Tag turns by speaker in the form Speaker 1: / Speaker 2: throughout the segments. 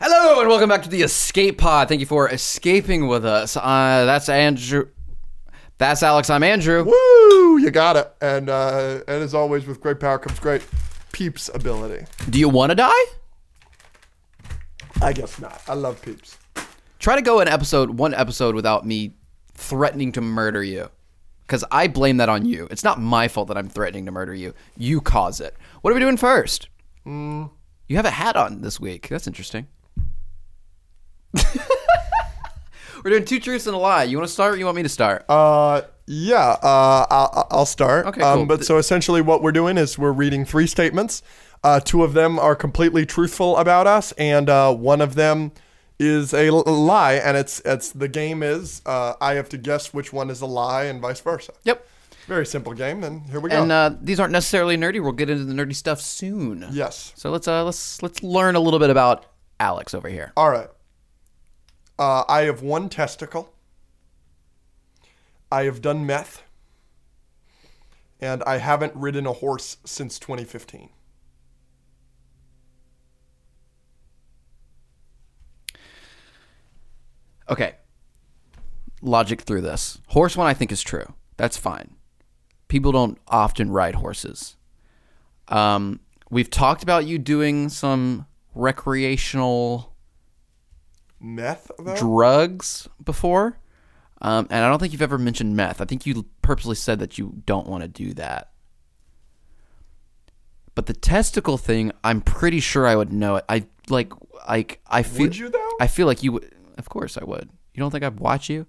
Speaker 1: Hello and welcome back to the Escape Pod. Thank you for escaping with us. Uh, that's Andrew. That's Alex. I'm Andrew.
Speaker 2: Woo! You got it. And uh, and as always, with great power comes great peeps ability.
Speaker 1: Do you want to die?
Speaker 2: I guess not. I love peeps.
Speaker 1: Try to go an episode, one episode without me threatening to murder you. Because I blame that on you. It's not my fault that I'm threatening to murder you. You cause it. What are we doing first? You have a hat on this week. That's interesting. We're doing two truths and a lie. You want to start or you want me to start?
Speaker 2: Uh, yeah. Uh, I'll, I'll start.
Speaker 1: Okay, cool.
Speaker 2: Um, but so essentially, what we're doing is we're reading three statements. Uh, two of them are completely truthful about us, and uh, one of them is a l- lie. And it's it's the game is uh, I have to guess which one is a lie, and vice versa.
Speaker 1: yep.
Speaker 2: Very simple game. And here we go.
Speaker 1: And uh, these aren't necessarily nerdy. We'll get into the nerdy stuff soon.
Speaker 2: yes.
Speaker 1: So let's uh, let's let's learn a little bit about Alex over here.
Speaker 2: All right. Uh, I have one testicle. I have done meth. And I haven't ridden a horse since 2015.
Speaker 1: Okay. Logic through this. Horse one I think is true. That's fine. People don't often ride horses. Um, we've talked about you doing some recreational
Speaker 2: Meth, though?
Speaker 1: drugs before, um, and I don't think you've ever mentioned meth. I think you purposely said that you don't want to do that. But the testicle thing, I'm pretty sure I would know it. I like, like I feel.
Speaker 2: Would you, though?
Speaker 1: I feel like you would. Of course, I would. You don't think I'd watch you?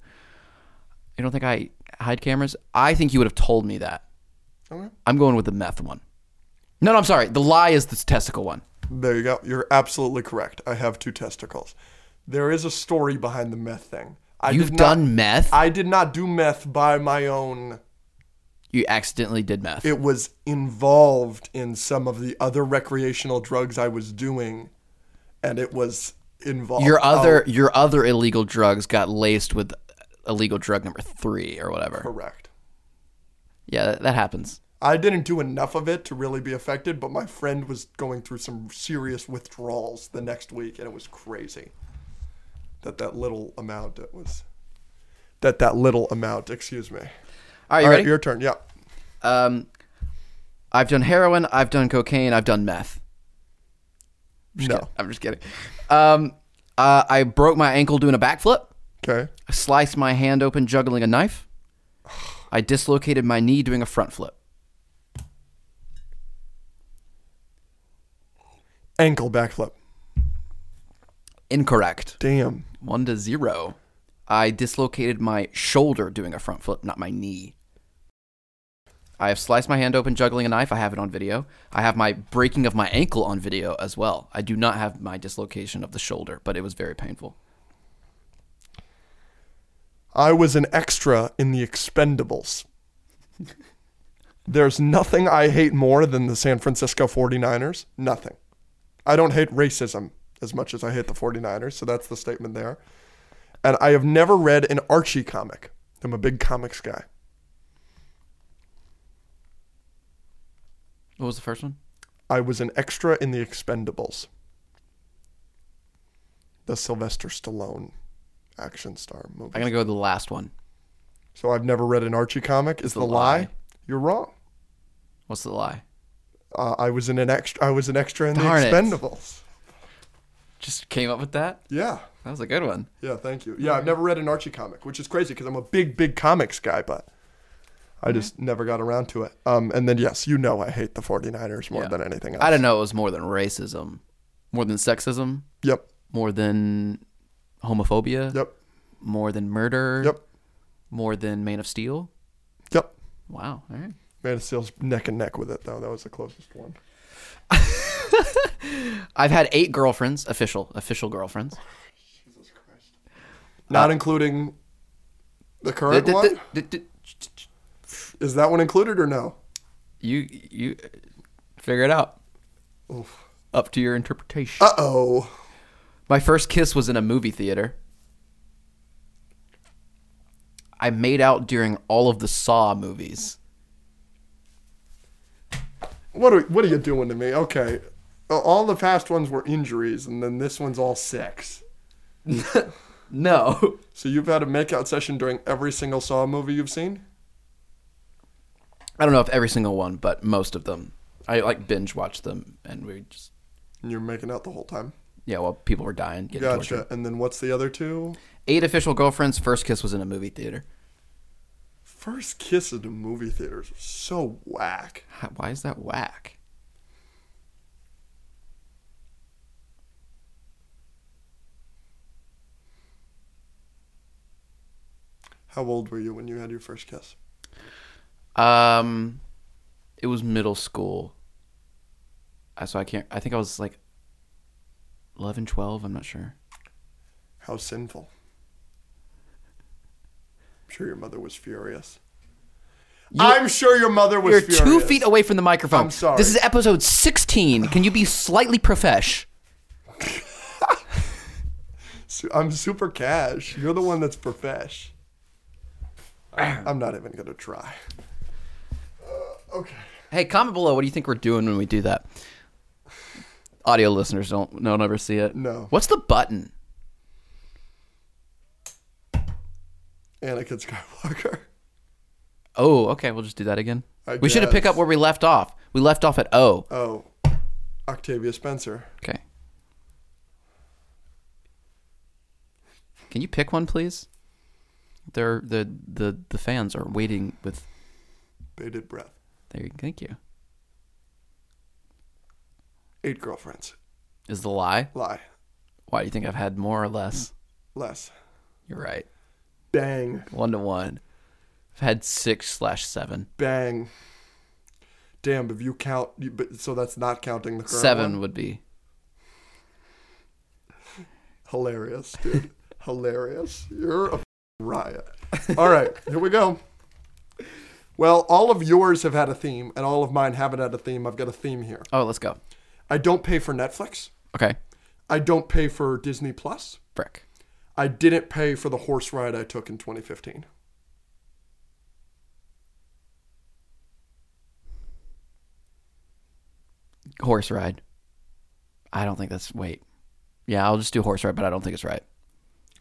Speaker 1: You don't think I hide cameras? I think you would have told me that.
Speaker 2: Okay.
Speaker 1: I'm going with the meth one. No, no, I'm sorry. The lie is the testicle one.
Speaker 2: There you go. You're absolutely correct. I have two testicles. There is a story behind the meth thing. I
Speaker 1: You've
Speaker 2: did not-
Speaker 1: done meth.
Speaker 2: I did not do meth by my own.
Speaker 1: you accidentally did meth.
Speaker 2: It was involved in some of the other recreational drugs I was doing, and it was involved. Oh,
Speaker 1: your other your other illegal drugs got laced with illegal drug number three or whatever.
Speaker 2: Correct.
Speaker 1: Yeah, that, that happens.
Speaker 2: I didn't do enough of it to really be affected, but my friend was going through some serious withdrawals the next week, and it was crazy that that little amount that was that that little amount. Excuse me.
Speaker 1: All right, you
Speaker 2: All right,
Speaker 1: ready?
Speaker 2: your turn. Yeah.
Speaker 1: um, I've done heroin. I've done cocaine. I've done meth.
Speaker 2: No.
Speaker 1: I'm just kidding. Um, uh, I broke my ankle doing a backflip.
Speaker 2: Okay.
Speaker 1: I sliced my hand open juggling a knife. I dislocated my knee doing a front flip.
Speaker 2: Ankle backflip.
Speaker 1: Incorrect.
Speaker 2: Damn.
Speaker 1: One to zero. I dislocated my shoulder doing a front flip, not my knee. I have sliced my hand open juggling a knife. I have it on video. I have my breaking of my ankle on video as well. I do not have my dislocation of the shoulder, but it was very painful.
Speaker 2: I was an extra in the Expendables. There's nothing I hate more than the San Francisco 49ers. Nothing. I don't hate racism as much as I hate the 49ers, so that's the statement there. And I have never read an Archie comic. I'm a big comics guy.
Speaker 1: What was the first one?
Speaker 2: I was an extra in the Expendables. The Sylvester Stallone action star movie.
Speaker 1: I'm going to go with the last one.
Speaker 2: So I've never read an Archie comic is the, lie.
Speaker 1: lie.
Speaker 2: You're wrong.
Speaker 1: What's the lie?
Speaker 2: Uh, I was in an extra. I was an extra in
Speaker 1: Darn
Speaker 2: the
Speaker 1: it.
Speaker 2: Expendables.
Speaker 1: Just came up with that?
Speaker 2: Yeah,
Speaker 1: That was a good one.
Speaker 2: yeah. Thank you. Yeah, I've never read an Archie comic, which is crazy because I'm a big, big comics guy, but I
Speaker 1: Mm-hmm.
Speaker 2: just never got around to it. Um, and then yes, you know, I hate the 49ers more
Speaker 1: Yeah.
Speaker 2: than anything else.
Speaker 1: I don't know. It was more than racism, more than sexism,
Speaker 2: Yep.
Speaker 1: more than homophobia,
Speaker 2: Yep.
Speaker 1: more than murder,
Speaker 2: Yep.
Speaker 1: more than Man of Steel.
Speaker 2: Yep.
Speaker 1: Wow. All right.
Speaker 2: Man of Steel's neck and neck with it though. That was the closest one.
Speaker 1: I've had eight girlfriends, official, official girlfriends. Uh,
Speaker 2: Not including the current
Speaker 1: D- d-
Speaker 2: one.
Speaker 1: d- d- d- d-
Speaker 2: Is that one included or no?
Speaker 1: You you figure it out.
Speaker 2: Oof.
Speaker 1: Up to your interpretation.
Speaker 2: Uh oh.
Speaker 1: My first kiss was in a movie theater. I made out during all of the Saw movies.
Speaker 2: What are What are you doing to me? Okay. all the past ones were injuries, and then this one's all sex.
Speaker 1: No.
Speaker 2: So you've had a makeout session during every single Saw movie you've seen?
Speaker 1: I don't know if every single one, but most of them. I like binge watch them and we just
Speaker 2: And you're making out the whole time.
Speaker 1: yeah, well people were dying, getting
Speaker 2: Gotcha.
Speaker 1: tortured.
Speaker 2: And then what's the other two?
Speaker 1: Eight official girlfriends, first kiss was in a movie theater.
Speaker 2: First kiss at a movie theater is so whack.
Speaker 1: How- Why is that whack?
Speaker 2: How old were you when you had your first kiss?
Speaker 1: Um, it was middle school. Uh, So I can't. I think I was like 11, 12. I'm not sure.
Speaker 2: How sinful. I'm sure your mother was furious. I'm sure your mother was
Speaker 1: You're
Speaker 2: furious.
Speaker 1: two feet away from the microphone.
Speaker 2: I'm sorry.
Speaker 1: This is episode 16. Can you be slightly profesh?
Speaker 2: Su- I'm super cash. You're the one that's profesh. I- I'm not even gonna try. Uh, okay.
Speaker 1: Hey, comment below. What do you think we're doing when we do that? Audio listeners don't don't ever see it.
Speaker 2: No.
Speaker 1: What's the button?
Speaker 2: Anakin Skywalker.
Speaker 1: Oh, okay. We'll just do that again.
Speaker 2: I
Speaker 1: we should have picked
Speaker 2: guess.
Speaker 1: up where we left off. We left off at O.
Speaker 2: Oh, Octavia Spencer.
Speaker 1: Okay. Can you pick one, please? They're the the the fans are waiting with.
Speaker 2: Bated breath.
Speaker 1: There, you- thank you.
Speaker 2: Eight girlfriends.
Speaker 1: Is the lie?
Speaker 2: Lie.
Speaker 1: Why do you think I've had more or less?
Speaker 2: Less.
Speaker 1: You're right.
Speaker 2: Bang.
Speaker 1: One to one. I've had six slash seven.
Speaker 2: Bang. Damn, if you count, you, but, so that's not counting the current
Speaker 1: Seven
Speaker 2: one?
Speaker 1: would be.
Speaker 2: Hilarious, dude. Hilarious. You're a riot. All right, here we go. Well, all of yours have had a theme, and all of mine haven't had a theme. I've got a theme here.
Speaker 1: Oh, let's go.
Speaker 2: I don't pay for Netflix.
Speaker 1: Okay,
Speaker 2: I don't pay for Disney Plus.
Speaker 1: frick.
Speaker 2: I didn't pay for the horse ride I took in 2015.
Speaker 1: Horse ride. I don't think that's. Wait. Yeah, I'll just do horse ride, but I don't think it's right.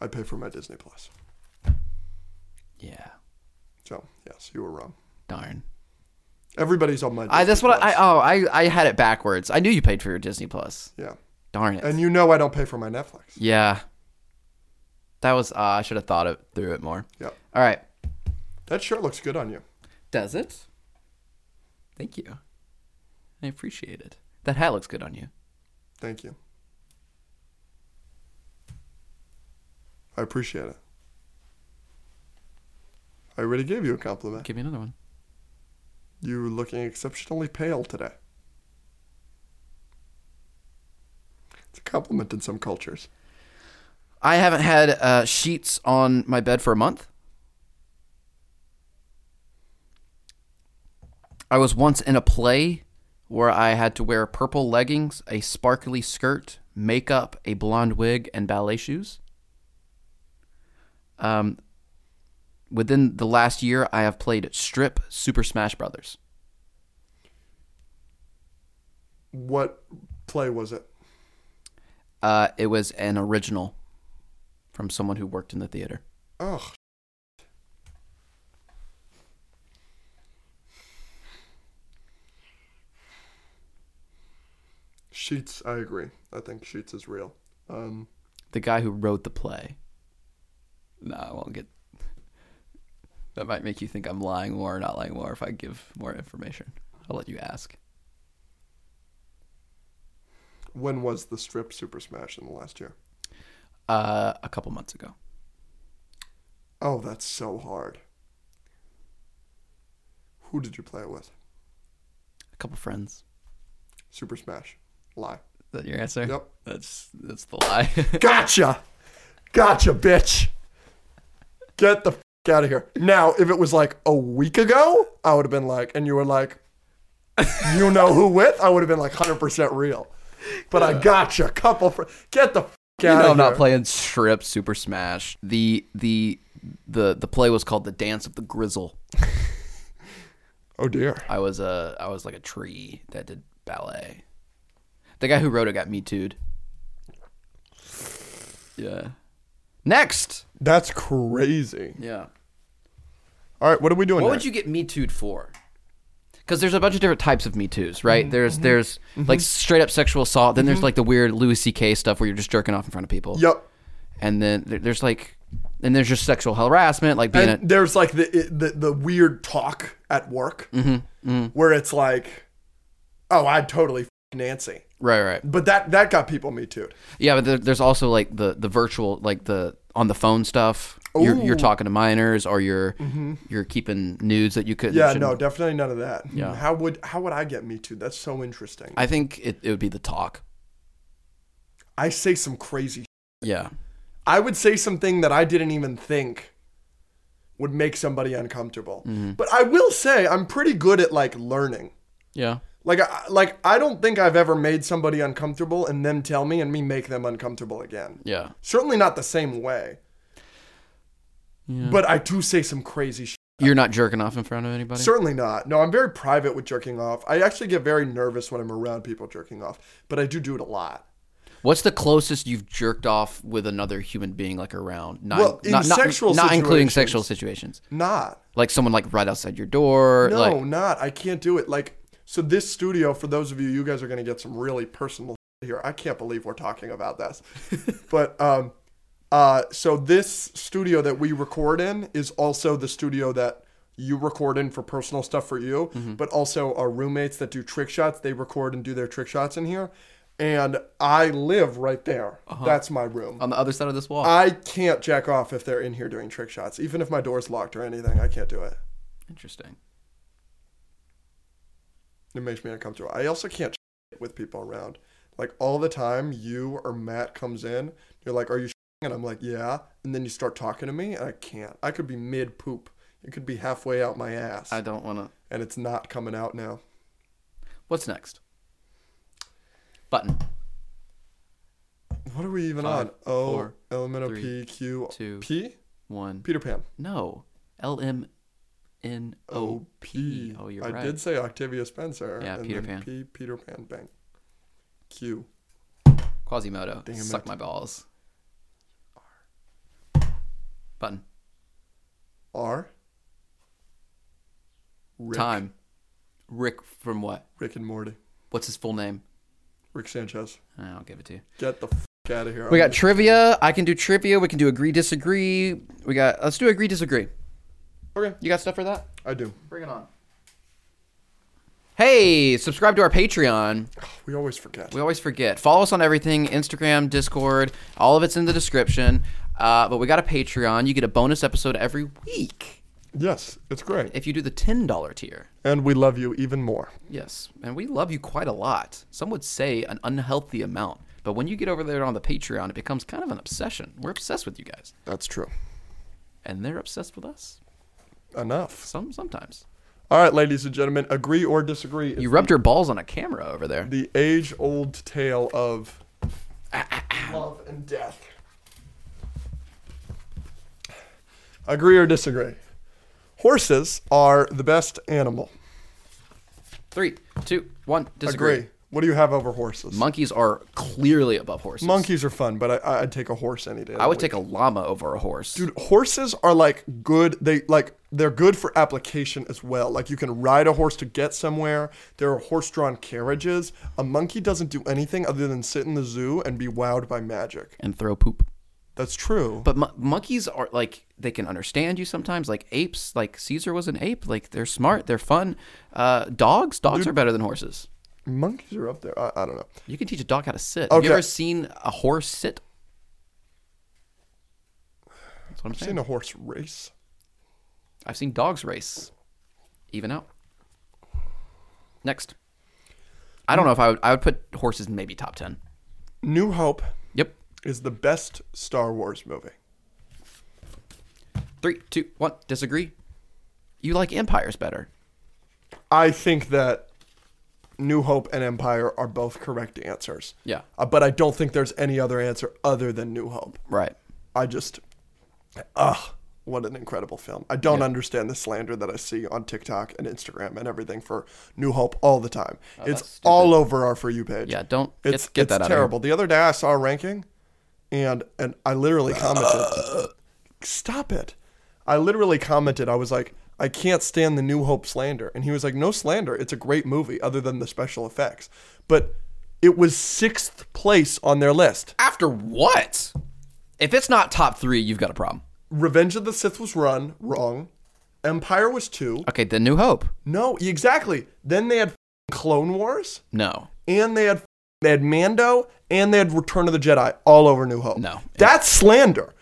Speaker 2: I pay for my Disney Plus.
Speaker 1: Yeah.
Speaker 2: So yes, you were wrong.
Speaker 1: Darn.
Speaker 2: Everybody's on my. Disney
Speaker 1: I. That's what I.
Speaker 2: Plus.
Speaker 1: I oh, I. I had it backwards. I knew you paid for your Disney Plus.
Speaker 2: Yeah,
Speaker 1: Darn it.
Speaker 2: and you know I don't pay for my Netflix.
Speaker 1: Yeah. That was uh, I should have thought it through it more.
Speaker 2: Yep.
Speaker 1: All right.
Speaker 2: That shirt looks good on you.
Speaker 1: Does it? Thank you. I appreciate it. That hat looks good on you.
Speaker 2: Thank you. I appreciate it. I already gave you a compliment.
Speaker 1: Give me another one.
Speaker 2: You're looking exceptionally pale today. It's a compliment in some cultures.
Speaker 1: I haven't had uh, sheets on my bed for a month. I was once in a play where I had to wear purple leggings, a sparkly skirt, makeup, a blonde wig, and ballet shoes. Um, within the last year, I have played Strip Super Smash Brothers.
Speaker 2: What play was it?
Speaker 1: Uh, it was an original from someone who worked in the theater.
Speaker 2: Oh. Sheets, I agree. I think Sheets is real. Um,
Speaker 1: the guy who wrote the play. No, I won't get. That might make you think I'm lying more or not lying more if I give more information. I'll let you ask.
Speaker 2: when was the strip Super Smash in the last year?
Speaker 1: Uh, a couple months ago.
Speaker 2: Oh, that's so hard. Who did you play it with?
Speaker 1: A couple friends.
Speaker 2: Super Smash. Lie.
Speaker 1: Is that your answer?
Speaker 2: Yep.
Speaker 1: That's that's the lie.
Speaker 2: Gotcha! Gotcha, bitch! Get the f out of here. Now, if it was like a week ago, I would have been like, and you were like, you know who with? I would have been like 100% real. But I gotcha. Couple fr- Get the f
Speaker 1: you
Speaker 2: out
Speaker 1: know
Speaker 2: of
Speaker 1: I'm
Speaker 2: here.
Speaker 1: not playing Strip Super Smash. The the the the play was called The Dance of the Grizzle.
Speaker 2: Oh, dear.
Speaker 1: I was a I was like a tree that did ballet. The guy who wrote it got me too'd. Yeah. Next.
Speaker 2: That's crazy.
Speaker 1: Yeah.
Speaker 2: All right, what are we doing?
Speaker 1: What would you get me too'd for? Because there's a bunch of different types of Me Too's, right? There's there's like straight up sexual assault. Then there's like the weird Louis C.K. stuff where you're just jerking off in front of people.
Speaker 2: Yep.
Speaker 1: And then there- there's like, and there's just sexual harassment, like being
Speaker 2: And
Speaker 1: a
Speaker 2: there's like the, it- the the weird talk at work
Speaker 1: Mm-hmm,
Speaker 2: where it's like, oh, I'd totally f- Nancy.
Speaker 1: right, right.
Speaker 2: But that that got people me too.
Speaker 1: Yeah, but there, there's also like the the virtual, like the on the phone stuff. You're, you're talking to minors, or you're you're keeping nudes that you could.
Speaker 2: Mm-hmm. Yeah, no, definitely none of that.
Speaker 1: Yeah.
Speaker 2: How would how would I get me too? That's so interesting. I,
Speaker 1: I think it, it would be the talk.
Speaker 2: say some crazy. s-
Speaker 1: Yeah,
Speaker 2: I would say something that I didn't even think would make somebody uncomfortable. But I will say I'm pretty good at like learning.
Speaker 1: yeah,
Speaker 2: Like I, like I don't think I've ever made somebody uncomfortable and them tell me and me make them uncomfortable again.
Speaker 1: yeah.
Speaker 2: Certainly not the same way. But I do say some crazy shit.
Speaker 1: You're not jerking off in front of anybody.
Speaker 2: Certainly not. No, I'm very private with jerking off. I actually get very nervous when I'm around people jerking off, but I do do it a lot.
Speaker 1: What's the closest you've jerked off with another human being, like around? Not,
Speaker 2: Well, in
Speaker 1: not, not-
Speaker 2: sexual
Speaker 1: not including
Speaker 2: situations.
Speaker 1: sexual situations.
Speaker 2: Not.
Speaker 1: Like someone like right outside your door.
Speaker 2: No,
Speaker 1: like,
Speaker 2: not. I can't do it. Like so this studio for those of you you guys are going to get some really personal here. I can't believe we're talking about this. but um uh so this studio that we record in is also the studio that you record in for personal stuff for you, but also our roommates that do trick shots, they record and do their trick shots in here. And I live right there. That's my room.
Speaker 1: on the other side of this wall.
Speaker 2: I can't jack off if they're in here doing trick shots. Even if my door's locked or anything, I can't do it.
Speaker 1: Interesting.
Speaker 2: It makes me uncomfortable. I also can't with people around. Like all the time, you or Matt comes in. You're like, "Are you?" And I'm like, "Yeah." And then you start talking to me, and I can't. I could be mid poop. It could be halfway out my ass,
Speaker 1: I don't want to.
Speaker 2: and it's not coming out now.
Speaker 1: What's next? Button.
Speaker 2: What are we even
Speaker 1: Five,
Speaker 2: on? Oh,
Speaker 1: four,
Speaker 2: element of
Speaker 1: three,
Speaker 2: P Q
Speaker 1: two,
Speaker 2: P.
Speaker 1: One.
Speaker 2: Peter Pan.
Speaker 1: No. L M N O P. Oh, you're
Speaker 2: I
Speaker 1: right.
Speaker 2: did say Octavia Spencer.
Speaker 1: Yeah,
Speaker 2: and
Speaker 1: Peter
Speaker 2: then
Speaker 1: Pan.
Speaker 2: P Peter Pan. Bang. Q.
Speaker 1: Quasimodo.
Speaker 2: Damn
Speaker 1: Suck
Speaker 2: it.
Speaker 1: my balls. Button.
Speaker 2: R. Rick.
Speaker 1: Time. Rick from what?
Speaker 2: Rick and Morty.
Speaker 1: What's his full name?
Speaker 2: Rick Sanchez.
Speaker 1: I'll give it to you.
Speaker 2: Get the f- out of here.
Speaker 1: We
Speaker 2: I'm
Speaker 1: got trivia. I can do trivia. We can do agree disagree. We got let's do agree disagree.
Speaker 2: Okay,
Speaker 1: You got stuff for that?
Speaker 2: I do.
Speaker 1: Bring it on. Hey, subscribe to our Patreon.
Speaker 2: We always forget.
Speaker 1: We always forget. Follow us on everything Instagram, Discord. All of it's in the description. Uh, but we got a Patreon. You get a bonus episode every week
Speaker 2: yes, it's great.
Speaker 1: if you do the $10 tier.
Speaker 2: And we love you even more.
Speaker 1: Yes. And we love you quite a lot. Some would say an unhealthy amount. But when you get over there on the Patreon, it becomes kind of an obsession. We're obsessed with you guys,
Speaker 2: That's true.
Speaker 1: and they're obsessed with us.
Speaker 2: Enough.
Speaker 1: Some sometimes.
Speaker 2: All right, ladies and gentlemen, agree or disagree. It's
Speaker 1: You rubbed your balls on a camera over there.
Speaker 2: the age old tale of love and death. Agree or disagree? Horses are the best animal.
Speaker 1: Three, two, one. Disagree.
Speaker 2: Agree. What do you have over horses?
Speaker 1: Monkeys are clearly above horses.
Speaker 2: Monkeys are fun, but I, I'd take a horse any day. of
Speaker 1: I
Speaker 2: the
Speaker 1: would
Speaker 2: week.
Speaker 1: take a llama over a horse.
Speaker 2: dude horses are like good they like they're good for application as well like you can ride a horse to get somewhere there are horse-drawn carriages a monkey doesn't do anything other than sit in the zoo and be wowed by magic
Speaker 1: and throw poop.
Speaker 2: that's true
Speaker 1: But mon- monkeys are like they can understand you sometimes. Like apes, like Caesar was an ape. Like they're smart, they're fun. Uh, dogs, dogs are better than horses.
Speaker 2: monkeys are up there i, I don't know
Speaker 1: You can teach a dog how to sit. Have you
Speaker 2: Okay.
Speaker 1: ever seen a horse sit? That's what I'm
Speaker 2: i've
Speaker 1: saying.
Speaker 2: seen a horse race
Speaker 1: I've seen dogs race, even out. Next, I don't know if I would. I would put horses in maybe top ten.
Speaker 2: new hope
Speaker 1: Yep.
Speaker 2: is the best star wars movie
Speaker 1: Three, two, one. Disagree. You like empires better.
Speaker 2: i think that new hope and empire are both correct answers
Speaker 1: Yeah.
Speaker 2: Uh, but i don't think there's any other answer other than new hope
Speaker 1: Right.
Speaker 2: I just, ugh, ah, What an incredible film. I don't understand the slander that I see on TikTok and Instagram and everything for New Hope all the time.
Speaker 1: Oh, that's
Speaker 2: it's
Speaker 1: stupid.
Speaker 2: all over our For You page.
Speaker 1: Yeah, don't get,
Speaker 2: It's,
Speaker 1: get
Speaker 2: it's
Speaker 1: that out of here.
Speaker 2: terrible. The other day I saw a ranking and and I literally commented Stop it. I literally commented, I was like, I can't stand the New Hope slander. And he was like, No slander. It's a great movie other than the special effects. But it was sixth place on their list.
Speaker 1: After what? If it's not top three, you've got a problem.
Speaker 2: Revenge of the Sith was run wrong. Empire was two.
Speaker 1: Okay, the New Hope.
Speaker 2: No, exactly. Then they had f***ing Clone Wars,
Speaker 1: No,
Speaker 2: and they had f- they had Mando, and they had Return of the Jedi all over New Hope.
Speaker 1: No.
Speaker 2: that's slander.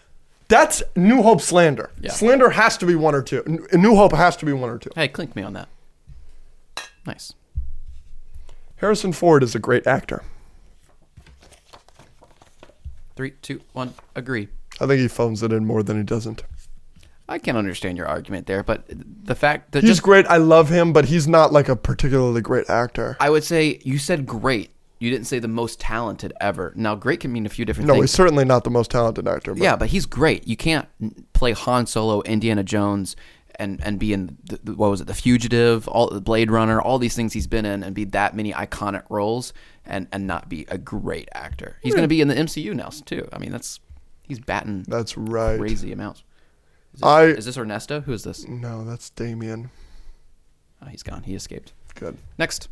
Speaker 2: That's New Hope slander. Slander has to be one or two. N- New Hope has to be one or two.
Speaker 1: hey, clink me on that. Nice.
Speaker 2: Harrison Ford is a great actor.
Speaker 1: Three, two, one. Agree.
Speaker 2: I think he phones it in more than he doesn't.
Speaker 1: I can understand your argument there, but the fact that
Speaker 2: He's
Speaker 1: just
Speaker 2: great. I love him, but he's not like a particularly great actor.
Speaker 1: I would say you said great. You didn't say the most talented ever. Now, great can mean a few different
Speaker 2: No,
Speaker 1: things.
Speaker 2: he's certainly not the most talented actor. But
Speaker 1: Yeah, but he's great. You can't n- play Han Solo, Indiana Jones, and and be in the, the- what was it, The Fugitive, all the Blade Runner, all these things he's been in, and be that many iconic roles, and and not be a great actor. He's going to be in the MCU now too. I mean, that's he's batting
Speaker 2: that's right.
Speaker 1: crazy amounts. Is this,
Speaker 2: I-
Speaker 1: is this Ernesto? Who is this?
Speaker 2: No, that's Damien.
Speaker 1: Oh, he's gone. He escaped.
Speaker 2: Good.
Speaker 1: Next.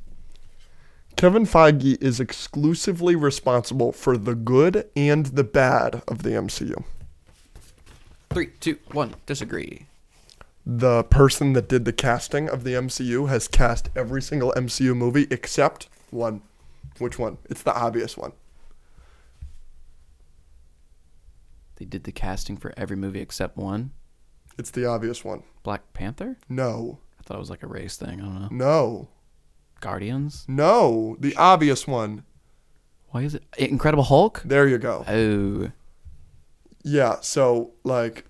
Speaker 2: Kevin Feige is exclusively responsible for the good and the bad of the MCU.
Speaker 1: Three, two, one. Disagree.
Speaker 2: The person that did the casting of the MCU has cast every single MCU movie except one. Which one? It's the obvious one.
Speaker 1: They did the casting for every movie except one.
Speaker 2: It's the obvious one.
Speaker 1: Black Panther?
Speaker 2: No,
Speaker 1: I thought it was like a race thing. I don't know.
Speaker 2: no,
Speaker 1: Guardians?
Speaker 2: no. The obvious one.
Speaker 1: Why is it Incredible Hulk?
Speaker 2: There you go.
Speaker 1: Oh,
Speaker 2: Yeah. So like,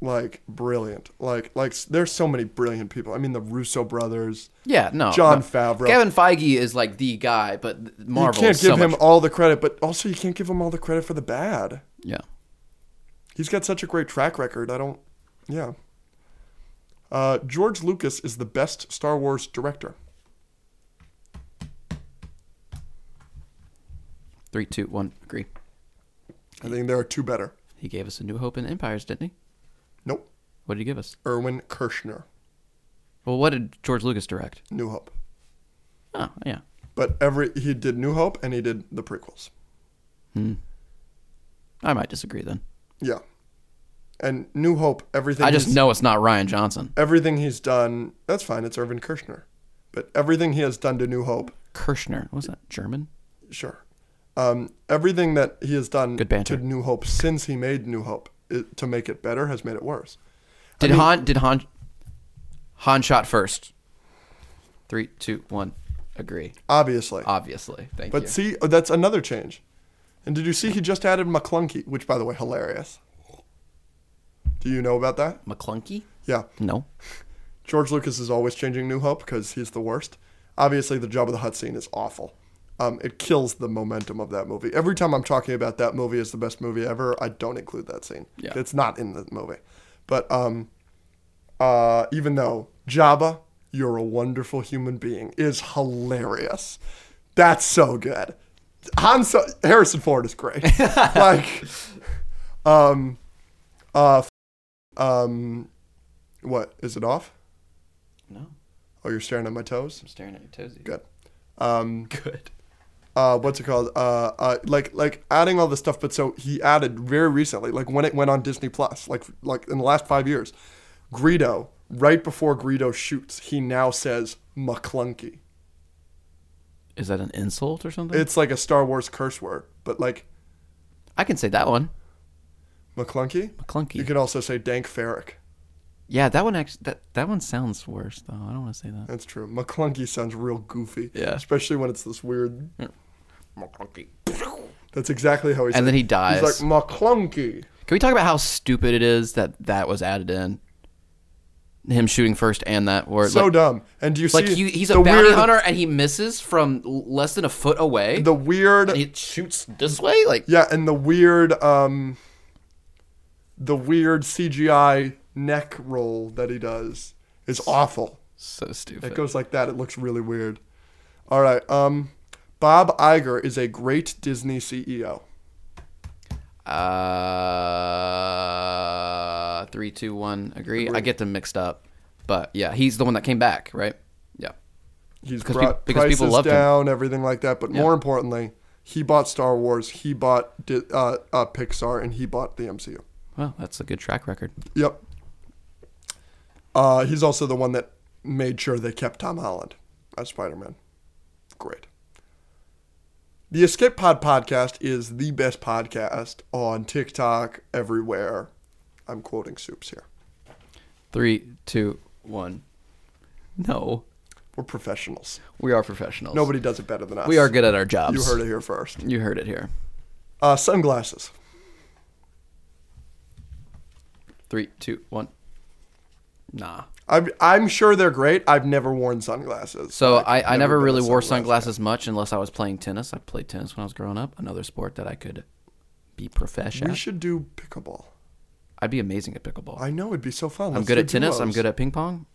Speaker 2: like brilliant. Like like s- there's so many brilliant people. I mean the Russo brothers.
Speaker 1: yeah, no. Oh,
Speaker 2: John
Speaker 1: no.
Speaker 2: Favreau.
Speaker 1: Kevin Feige is like the guy, but th- Marvel.
Speaker 2: you can't
Speaker 1: is so
Speaker 2: give him
Speaker 1: much-
Speaker 2: all the credit, but also you can't give him all the credit for the bad.
Speaker 1: yeah.
Speaker 2: He's got such a great track record. I don't. Yeah. Uh, George Lucas is the best Star Wars director.
Speaker 1: Three, two, one. Agree.
Speaker 2: I think there are two better.
Speaker 1: He gave us a New Hope and Empires, didn't he?
Speaker 2: Nope.
Speaker 1: What did he give us?
Speaker 2: Erwin Kirshner,
Speaker 1: Well, what did George Lucas direct?
Speaker 2: New Hope.
Speaker 1: Oh, yeah.
Speaker 2: But every he did New Hope and he did the prequels.
Speaker 1: Hmm. I might disagree then.
Speaker 2: Yeah. And New Hope, everything.
Speaker 1: I just
Speaker 2: he's-
Speaker 1: know it's not Ryan Johnson.
Speaker 2: everything he's done. That's fine. It's Erwin Kirshner, but everything he has done to New Hope
Speaker 1: Kirshner. Was that German?
Speaker 2: Sure. Um, everything that he has done
Speaker 1: Good banter.
Speaker 2: to New Hope since he made New Hope i to make it better has made it worse.
Speaker 1: Did
Speaker 2: mean-
Speaker 1: Han? Did Han? Han shot first. Three, two, one. Agree.
Speaker 2: Obviously.
Speaker 1: Obviously. Ah, Thank
Speaker 2: but
Speaker 1: you.
Speaker 2: see, oh, that's another change. And did you see he just added McClunky, which, by the way, hilarious. Do you know about that?
Speaker 1: McClunky?
Speaker 2: Yeah.
Speaker 1: No.
Speaker 2: George Lucas is always changing New Hope because he's the worst. Obviously, the Job of the Hutt scene is awful. Um, it kills the momentum of that movie. Every time I'm talking about that movie as the best movie ever, I don't include that scene.
Speaker 1: Yeah.
Speaker 2: It's not in the movie. But um, uh, even though Jabba, you're a wonderful human being, is hilarious. That's so good. Han so- Harrison Ford is great. like, um, uh, f- um, what is it off?
Speaker 1: No.
Speaker 2: Oh, you're staring at my toes.
Speaker 1: I'm staring at your toesies.
Speaker 2: Good. Um,
Speaker 1: Good.
Speaker 2: uh, what's it called? Uh, uh, like like adding all this stuff, but so he added very recently, like when it went on Disney Plus, like like in the last five years, Greedo. Right before Greedo shoots, he now says McClunky.
Speaker 1: Is that an insult or something?
Speaker 2: It's like a Star Wars curse word, but like
Speaker 1: I can say that one.
Speaker 2: McClunky. You
Speaker 1: McClunky.
Speaker 2: could also say Dank Ferrick.
Speaker 1: yeah, that one actually. That that one sounds worse though. I don't want to say that.
Speaker 2: That's true. McClunky sounds real goofy.
Speaker 1: Yeah.
Speaker 2: Especially when it's this weird.
Speaker 1: McClunky.
Speaker 2: That's exactly how he says.
Speaker 1: And then he
Speaker 2: He's
Speaker 1: dies.
Speaker 2: like McClunky.
Speaker 1: can we talk about how stupid it is that that was added in? Him shooting first and that word.
Speaker 2: So
Speaker 1: like,
Speaker 2: dumb. And do you
Speaker 1: like
Speaker 2: see?
Speaker 1: he, he's a
Speaker 2: the
Speaker 1: bounty
Speaker 2: weird-
Speaker 1: hunter and he misses from l- less than a foot away.
Speaker 2: The weird.
Speaker 1: and he shoots this way. Like
Speaker 2: Yeah, and the weird um the weird CGI neck roll that he does is awful.
Speaker 1: So
Speaker 2: It
Speaker 1: stupid.
Speaker 2: goes like that. It looks really weird. All right. Um, Bob Iger is a great Disney E CEO.
Speaker 1: uh, three, two, one. Agree. I get them mixed up, but yeah, he's the one that came back, right? Yeah.
Speaker 2: He's
Speaker 1: Because peop-
Speaker 2: brought
Speaker 1: because
Speaker 2: prices
Speaker 1: people loved him.
Speaker 2: down, everything like that. But more importantly, he bought Star Wars. He bought Di- uh, uh, Pixar, and he bought the MCU.
Speaker 1: Well, that's a good track record.
Speaker 2: Yep. Uh, he's also the one that made sure they kept Tom Holland as Spider Man. Great. The Escape Pod podcast is the best podcast on TikTok, everywhere. I'm quoting Soups here.
Speaker 1: Three, two, one. No,
Speaker 2: We're professionals.
Speaker 1: we are professionals.
Speaker 2: Nobody does it better than us.
Speaker 1: We are good at our jobs.
Speaker 2: You heard it here first.
Speaker 1: You heard it here.
Speaker 2: Uh, sunglasses.
Speaker 1: Three, two, one. Nah.
Speaker 2: I'm, I'm sure they're great. I've never worn sunglasses.
Speaker 1: So
Speaker 2: Like,
Speaker 1: I, I never
Speaker 2: been a
Speaker 1: really wore
Speaker 2: sunglass guy.
Speaker 1: sunglasses much unless I was playing tennis. I played tennis when I was growing up, another sport that I could be professional.
Speaker 2: We should do pickleball.
Speaker 1: I'd be amazing at pickleball.
Speaker 2: I know it'd be so fun.
Speaker 1: I'm good at tennis. I'm good at ping pong.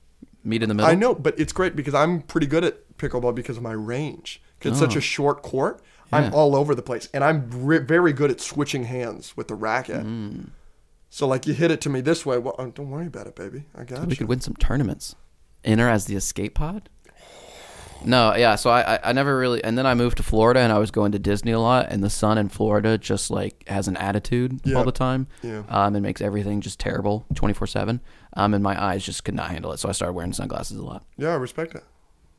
Speaker 1: Meet in the middle.
Speaker 2: I know, but it's great because I'm pretty good at pickleball because of my range. 'Cause It's such a short court. I'm all over the place, and I'm re- very good at switching hands with the racket. So like you hit it to me this way. Well, oh, don't worry about it, baby. I got
Speaker 1: Oh, We
Speaker 2: you.
Speaker 1: could win some tournaments. Enter as the escape pod. No, yeah. So I, I, I never really, and then I moved to Florida, and I was going to Disney a lot. And the sun in Florida just like has an attitude
Speaker 2: Yeah.
Speaker 1: all the time.
Speaker 2: Yeah.
Speaker 1: Um, and makes everything just terrible, twenty four seven. Um, and my eyes just could not handle it, so I started wearing sunglasses a lot.
Speaker 2: Yeah, I respect it.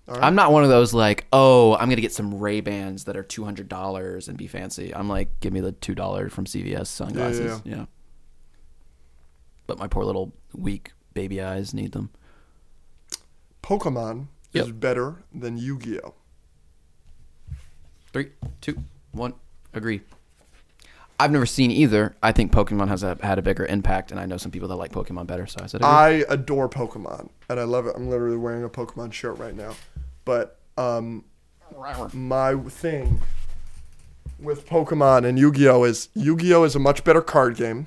Speaker 1: I'm not one of those like, oh, I'm gonna get some Ray Bans that are two hundred dollars and be fancy. I'm like, give me the two dollar from CVS sunglasses. Yeah, But my poor little weak baby eyes need them.
Speaker 2: Pokemon is
Speaker 1: Yep.
Speaker 2: better than Yu-Gi-Oh.
Speaker 1: Three, two, one. Agree. I've never seen either. I think Pokemon has a, had a bigger impact, and I know some people that like Pokemon better. So I said, agree.
Speaker 2: I adore Pokemon, and I love it. I'm literally wearing a Pokemon shirt right now. But um, my thing with Pokemon and Yu-Gi-Oh is Yu-Gi-Oh is a much better card game.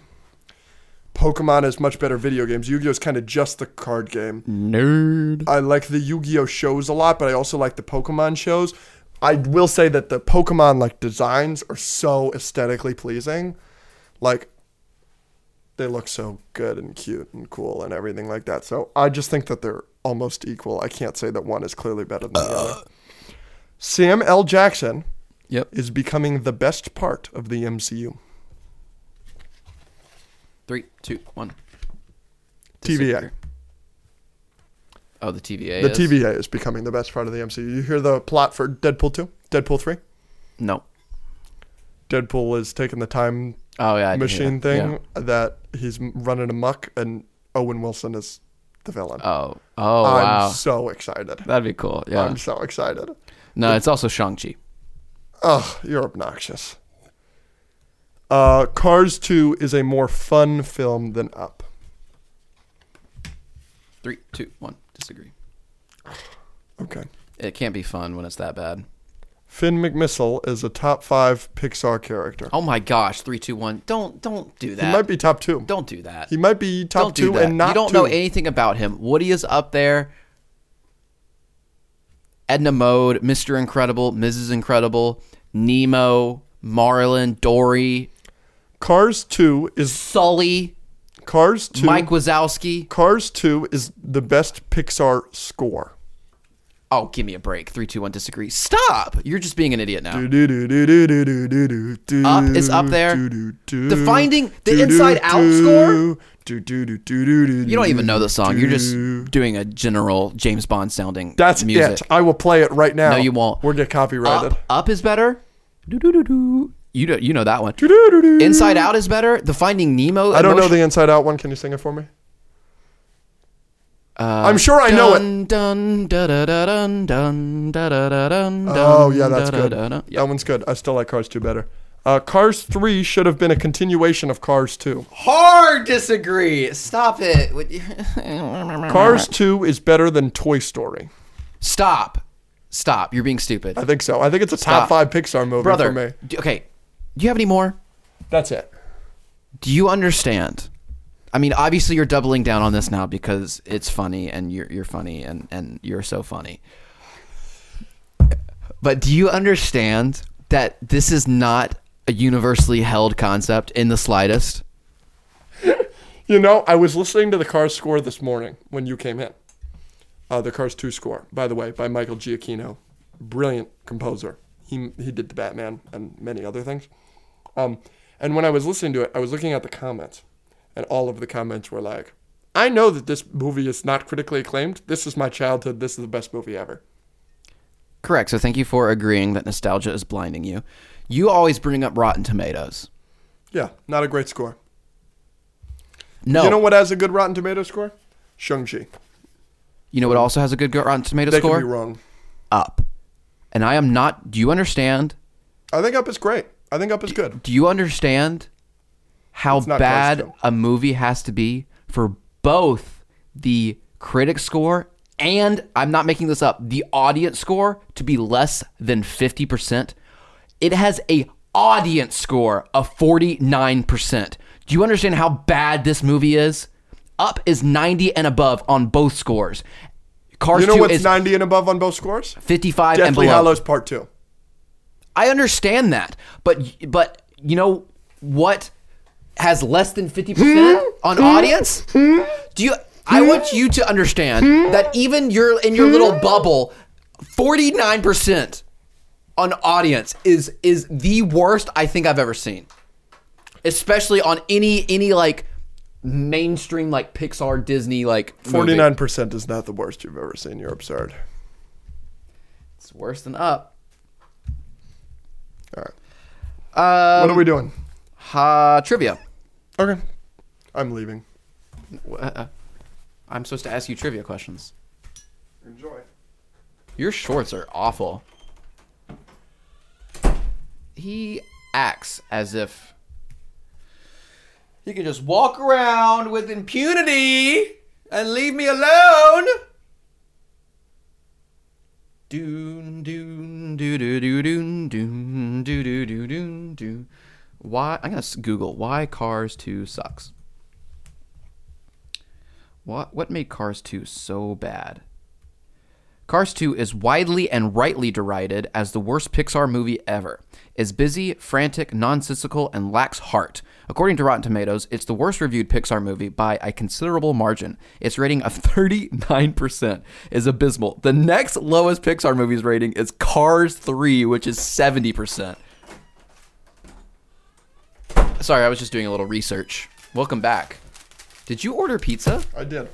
Speaker 2: Pokemon is much better video games. Yu-Gi-Oh is kind of just the card game.
Speaker 1: nerd.
Speaker 2: I like the Yu-Gi-Oh shows a lot, but I also like the Pokemon shows. I will say that the Pokemon like designs are so aesthetically pleasing. Like they look so good and cute and cool and everything like that. So I just think that they're almost equal. I can't say that one is clearly better than the other. Sam L. Jackson
Speaker 1: Yep.
Speaker 2: is becoming the best part of the MCU.
Speaker 1: Three, two, one.
Speaker 2: TVA.
Speaker 1: Disagree. Oh, the TVA.
Speaker 2: The
Speaker 1: is?
Speaker 2: TVA is becoming the best part of the MCU. You hear the plot for Deadpool 2? Deadpool 3?
Speaker 1: No.
Speaker 2: Deadpool is taking the time
Speaker 1: Oh yeah. I didn't hear
Speaker 2: machine
Speaker 1: that. Yeah.
Speaker 2: thing that he's m- running amok and Owen Wilson is the villain.
Speaker 1: Oh. Oh
Speaker 2: I'm
Speaker 1: wow.
Speaker 2: so excited.
Speaker 1: That'd be cool. Yeah.
Speaker 2: I'm so excited.
Speaker 1: no, it's also Shang Chi.
Speaker 2: Ugh, you're obnoxious. Uh, Cars 2 is a more fun film than Up.
Speaker 1: Three, two, one. Disagree.
Speaker 2: Okay.
Speaker 1: It can't be fun when it's that bad.
Speaker 2: Finn McMissile is a top five Pixar character.
Speaker 1: Oh my gosh. Three, two, one. Don't don't do that.
Speaker 2: He might be top two.
Speaker 1: Don't do that.
Speaker 2: He might be top
Speaker 1: don't do
Speaker 2: two
Speaker 1: that.
Speaker 2: and not
Speaker 1: you don't
Speaker 2: two.
Speaker 1: know anything about him. Woody is up there. Edna Mode, Mr. Incredible, Mrs. Incredible, Nemo, Marlin, Dory,
Speaker 2: Cars 2 is
Speaker 1: Sully,
Speaker 2: Cars 2.
Speaker 1: Mike Wazowski.
Speaker 2: Cars 2 is the best Pixar score.
Speaker 1: Oh, give me a break. Three, two, one. Disagree. Stop. You're just being an idiot now.
Speaker 2: Up
Speaker 1: Up is Uh, up there. The Finding- the Inside Out score? You
Speaker 2: You
Speaker 1: don't even know the song. You're just doing a general James Bond sounding.
Speaker 2: That's
Speaker 1: music.
Speaker 2: it. I will play it right now.
Speaker 1: No, you won't. Uh,
Speaker 2: We'll get copyrighted.
Speaker 1: Up, up is better. Do-do-do-do. You do, you know that one.
Speaker 2: Doo-doo-doo-doo.
Speaker 1: Inside Out is better. The Finding Nemo.
Speaker 2: I don't know the Inside Out one. Can you sing it for me?
Speaker 1: Uh,
Speaker 2: I'm sure I know it.
Speaker 1: dun, Dun dun da da dun dun da da da dun. dun,
Speaker 2: Oh yeah, that's
Speaker 1: da, da,
Speaker 2: good.
Speaker 1: da, da.
Speaker 2: That one's good. I still like Cars 2 better. Uh, Cars 3 should have been a continuation of Cars 2.
Speaker 1: Hard disagree. Stop it. Would you-
Speaker 2: Cars 2 is better than Toy Story.
Speaker 1: Stop. Stop. You're being stupid,
Speaker 2: I think so. I think it's a top
Speaker 1: Stop.
Speaker 2: five Pixar movie
Speaker 1: brother.
Speaker 2: for me.
Speaker 1: d- Okay. Do you have any more?
Speaker 2: That's it.
Speaker 1: Do you understand I mean, obviously you're doubling down on this now because it's funny and you're you're funny and and you're so funny. But do you understand that this is not a universally held concept in the slightest?
Speaker 2: You know, I was listening to the Cars score this morning when you came in. Uh, the Cars 2 score, by the way, by Michael Giacchino. Brilliant composer. He, he did the Batman and many other things. Um, and when I was listening to it, I was looking at the comments, and all of the comments were like, I know that this movie is not critically acclaimed. This is my childhood. This is the best movie ever.
Speaker 1: Correct. So thank you for agreeing that nostalgia is blinding you. You always bring up Rotten Tomatoes.
Speaker 2: Yeah, not a great score.
Speaker 1: No.
Speaker 2: You know what has a good Rotten Tomato score? Shang-Chi.
Speaker 1: what also has a good Rotten Tomato
Speaker 2: They
Speaker 1: score?
Speaker 2: could be wrong.
Speaker 1: Up. And I am not. Do you understand?
Speaker 2: I think Up is great. I think Up is good.
Speaker 1: Do you understand how
Speaker 2: It's not
Speaker 1: bad
Speaker 2: close,
Speaker 1: a movie has to be for both the critic score and I'm not making this up, the audience score to be less than 50%? It has a audience score of 49%. Do you understand how bad this movie is? Up is 90 and above on both scores. Cars
Speaker 2: You know
Speaker 1: 2
Speaker 2: what's
Speaker 1: is
Speaker 2: 90 and above on both scores?
Speaker 1: 55 and
Speaker 2: Deathly
Speaker 1: below.
Speaker 2: Hollows Part 2.
Speaker 1: I understand that, but but you know what has less than fifty percent on audience? Do you? I want you to understand that even your in your little bubble, forty nine percent on audience is is the worst I think I've ever seen, especially on any any like mainstream like Pixar Disney like movie.
Speaker 2: 49% is not the worst you've ever seen. You're absurd.
Speaker 1: It's worse than Up.
Speaker 2: All right.
Speaker 1: Uh,
Speaker 2: what are we doing?
Speaker 1: ha, trivia.
Speaker 2: Um, Okay. I'm leaving.
Speaker 1: Uh, I'm supposed to ask you trivia questions.
Speaker 2: Enjoy.
Speaker 1: Your shorts are awful. He acts as if he could just walk around with impunity and leave me alone. Doon doon doo doo doo doon doon doo doo doo doon doo. Why? I'm gonna s- Google why Cars 2 sucks. What what made Cars 2 so bad? Cars 2 is widely and rightly derided as the worst Pixar movie ever. It's busy, frantic, nonsensical, and lacks heart. According to Rotten Tomatoes, it's the worst reviewed Pixar movie by a considerable margin. Its rating of 39% is abysmal. The next lowest Pixar movie's rating is Cars 3, which is 70%. Sorry, I was just doing a little research. Welcome back. Did you order pizza?
Speaker 2: I did.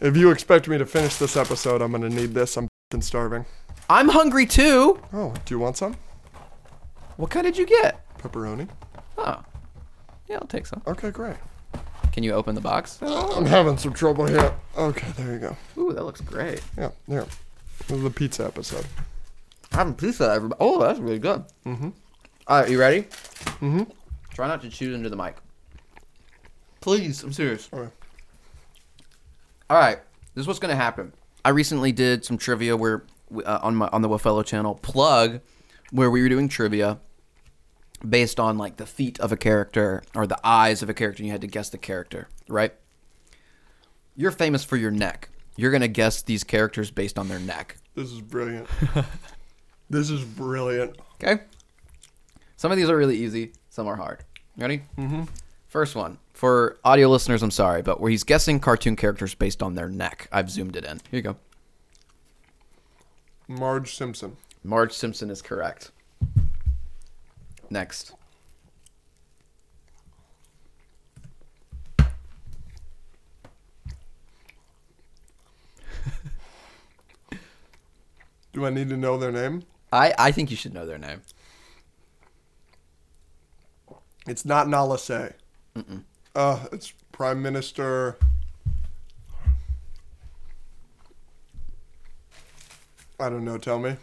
Speaker 2: If you expect me to finish this episode, I'm going to need this. I'm fing starving.
Speaker 1: I'm hungry too.
Speaker 2: Oh, do you want some?
Speaker 1: What kind did you get?
Speaker 2: Pepperoni?
Speaker 1: Oh. Yeah, I'll take some.
Speaker 2: Okay, great.
Speaker 1: Can you open the box?
Speaker 2: I'm having some trouble here. Okay, there you go.
Speaker 1: Ooh, that looks great.
Speaker 2: Yeah, there. This is the pizza episode.
Speaker 1: I haven't pizza everybody. Oh, that's really good. Mm-hmm. All right, you ready? Mm-hmm. Try not to chew into the mic. Please, I'm serious.
Speaker 2: Okay.
Speaker 1: All right, this is what's gonna happen. I recently did some trivia where uh, on my on the Wafello channel plug, where we were doing trivia based on like the feet of a character or the eyes of a character, and you had to guess the character, right? You're famous for your neck. You're gonna guess these characters based on their neck.
Speaker 2: This is brilliant. this is brilliant.
Speaker 1: Okay. Some of these are really easy, some are hard. Ready? Mm-hmm. First one. For audio listeners, I'm sorry, but where he's guessing cartoon characters based on their neck. I've zoomed it in. Here you go.
Speaker 2: Marge Simpson.
Speaker 1: Marge Simpson is correct. Next.
Speaker 2: Do I need to know their name?
Speaker 1: I, I think you should know their name.
Speaker 2: It's not Nala Say. Uh, it's Prime Minister. I don't know. Tell me.
Speaker 1: I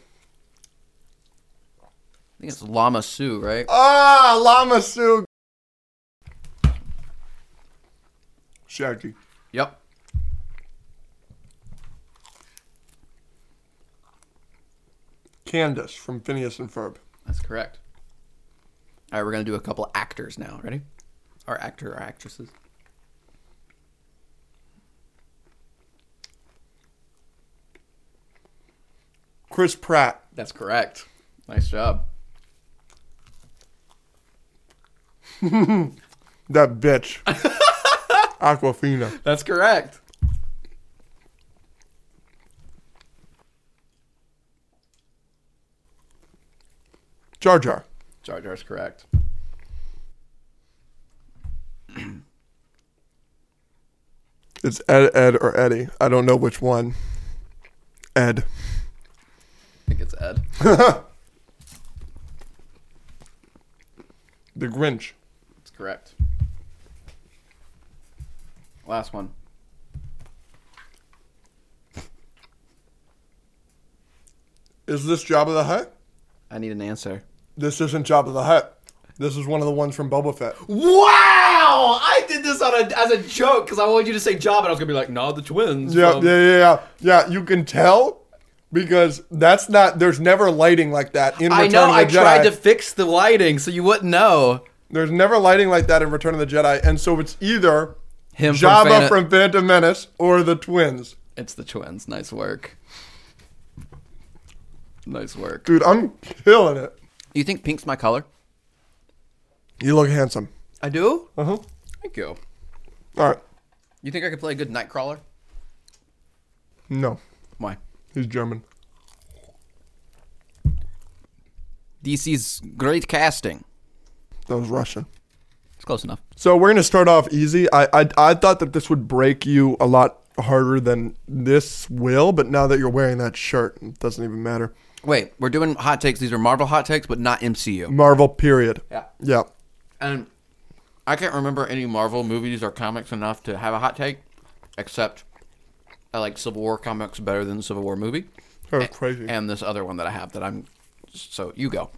Speaker 1: think it's Lama Sue, right?
Speaker 2: Ah, Lama Sue. Shaggy.
Speaker 1: Yep.
Speaker 2: Candace from Phineas and Ferb.
Speaker 1: That's correct. All right, we're going to do a couple actors now. Ready? Our actor, our actresses.
Speaker 2: Chris Pratt.
Speaker 1: That's correct. Nice job.
Speaker 2: That bitch. Aquafina.
Speaker 1: That's correct.
Speaker 2: Jar Jar.
Speaker 1: Jar Jar's correct.
Speaker 2: It's Ed, Ed, or Eddie. I don't know which one. Ed.
Speaker 1: I think it's Ed.
Speaker 2: The Grinch.
Speaker 1: That's correct. Last one.
Speaker 2: Is this Jabba the Hutt?
Speaker 1: I need an answer.
Speaker 2: This isn't Jabba the Hutt. This is one of the ones from Boba Fett.
Speaker 1: Wow! I did this on a, as a joke because I wanted you to say job, and I was gonna be like, no, the twins.
Speaker 2: Yeah,
Speaker 1: from-"
Speaker 2: yeah, yeah, yeah. Yeah, you can tell because that's not. There's never lighting like that in Return
Speaker 1: I know.
Speaker 2: of the
Speaker 1: I
Speaker 2: Jedi.
Speaker 1: tried to fix the lighting so you wouldn't know.
Speaker 2: There's never lighting like that in Return of the Jedi, and so it's either
Speaker 1: Him from
Speaker 2: Jabba
Speaker 1: Phantom-
Speaker 2: from Phantom Menace or the twins.
Speaker 1: It's the twins. Nice work. Nice work.
Speaker 2: Dude, I'm killing it.
Speaker 1: You think pink's my color?
Speaker 2: You look handsome.
Speaker 1: I do.
Speaker 2: Uh huh.
Speaker 1: Thank you.
Speaker 2: All right.
Speaker 1: You think I could play a good nightcrawler?
Speaker 2: No,
Speaker 1: Why?
Speaker 2: he's German.
Speaker 1: DC's great casting.
Speaker 2: That was Russian.
Speaker 1: It's close enough.
Speaker 2: So we're gonna start off easy. I, I I thought that this would break you a lot harder than this will, but now that you're wearing that shirt, it doesn't even matter.
Speaker 1: Wait, we're doing hot takes. These are Marvel hot takes, but not MCU.
Speaker 2: Marvel period.
Speaker 1: Yeah.
Speaker 2: Yeah.
Speaker 1: And I can't remember any Marvel movies or comics enough to have a hot take, except I like Civil War comics better than the Civil War movie.
Speaker 2: That was crazy.
Speaker 1: And this other one that I have that I'm. So you go.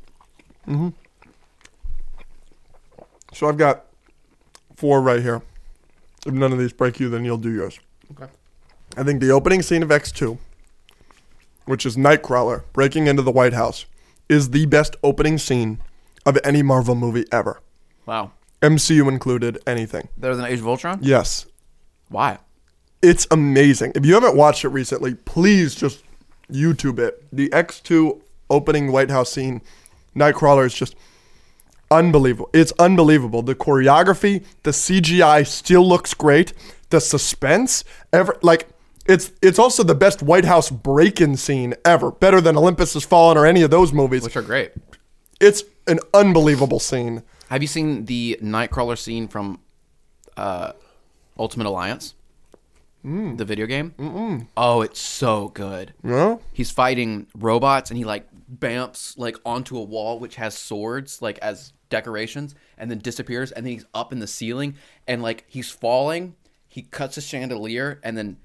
Speaker 2: So I've got four right here. If none of these break you, then you'll do yours.
Speaker 1: Okay.
Speaker 2: I think the opening scene of X2, which is Nightcrawler breaking into the White House, is the best opening scene of any Marvel movie ever.
Speaker 1: Wow.
Speaker 2: MCU included, anything.
Speaker 1: Better than Age of Ultron?
Speaker 2: Yes.
Speaker 1: Why?
Speaker 2: It's amazing. If you haven't watched it recently, please just YouTube it. The X2 opening White House scene, Nightcrawler is just unbelievable. It's unbelievable. The choreography, the CGI still looks great. The suspense, ever like it's it's also the best White House break-in scene ever. Better than Olympus Has Fallen or any of those movies.
Speaker 1: Which are great.
Speaker 2: It's an unbelievable scene.
Speaker 1: Have you seen the Nightcrawler scene from uh, Ultimate Alliance? The video game? Mm-mm. Oh, it's so good.
Speaker 2: Yeah?
Speaker 1: He's fighting robots and he like bamps like onto a wall which has swords like as decorations and then disappears and then he's up in the ceiling and like he's falling. He cuts a chandelier and then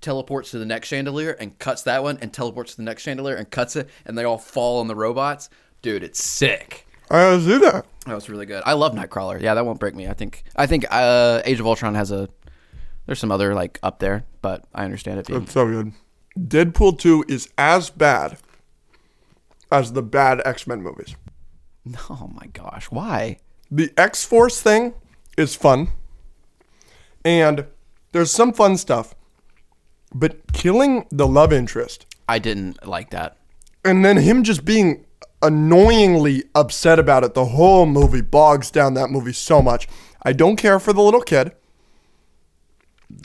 Speaker 1: teleports to the next chandelier and cuts that one and teleports to the next chandelier and cuts it and they all fall on the robots. Dude, it's sick.
Speaker 2: I gotta see that.
Speaker 1: That was really good. I love Nightcrawler. Yeah, that won't break me. I think. I think uh, Age of Ultron has a. There's some other like up there, but I understand it being.
Speaker 2: It's so good. Deadpool 2 is as bad as the bad X Men movies.
Speaker 1: Oh my gosh, why?
Speaker 2: The X Force thing is fun, and there's some fun stuff, but killing the love interest
Speaker 1: I didn't like that.
Speaker 2: and then him just being annoyingly upset about it the whole movie bogs down that movie so much. I don't care for the little kid.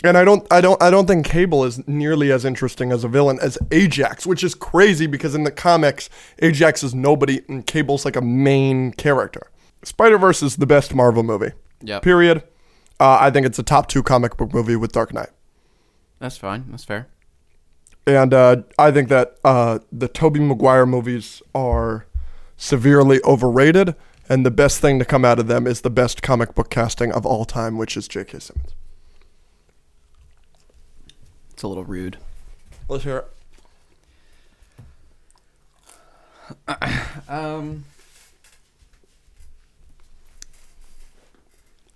Speaker 2: And I don't I don't I don't think Cable is nearly as interesting as a villain as Ajax, which is crazy because in the comics Ajax is nobody and Cable's like a main character. Spider-Verse is the best Marvel movie.
Speaker 1: Yep.
Speaker 2: Period. Uh, I think it's a top 2 comic book movie with Dark Knight.
Speaker 1: That's fine. That's fair.
Speaker 2: And uh, I think that uh, the Tobey Maguire movies are severely overrated, and the best thing to come out of them is the best comic book casting of all time, which is J.K. Simmons.
Speaker 1: It's a little rude.
Speaker 2: Let's hear it.
Speaker 1: Um.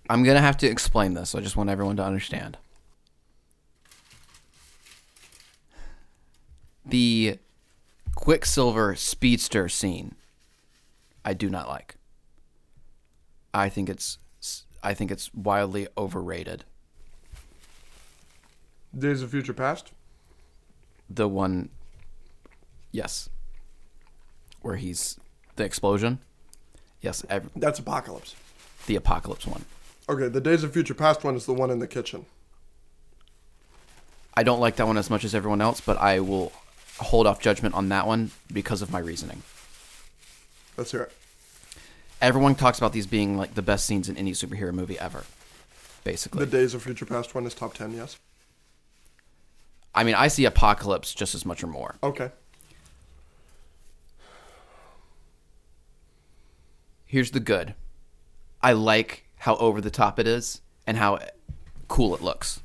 Speaker 1: I'm gonna have to explain this. I just want everyone to understand. The Quicksilver Speedster scene, I do not like. I think it's I think it's wildly overrated.
Speaker 2: Days of Future Past.
Speaker 1: The one, yes, where he's the explosion. Yes, ev-
Speaker 2: That's Apocalypse.
Speaker 1: the apocalypse one.
Speaker 2: Okay, the Days of Future Past one is the one in the kitchen.
Speaker 1: I don't like that one as much as everyone else, but I will hold off judgment on that one because of my reasoning.
Speaker 2: Let's hear it.
Speaker 1: Everyone talks about these being like the best scenes in any superhero movie ever. Basically,
Speaker 2: The Days of Future Past one is top 10, yes.
Speaker 1: I mean, I see Apocalypse just as much or more.
Speaker 2: Okay.
Speaker 1: Here's the good. I like how over the top it is and how cool it looks.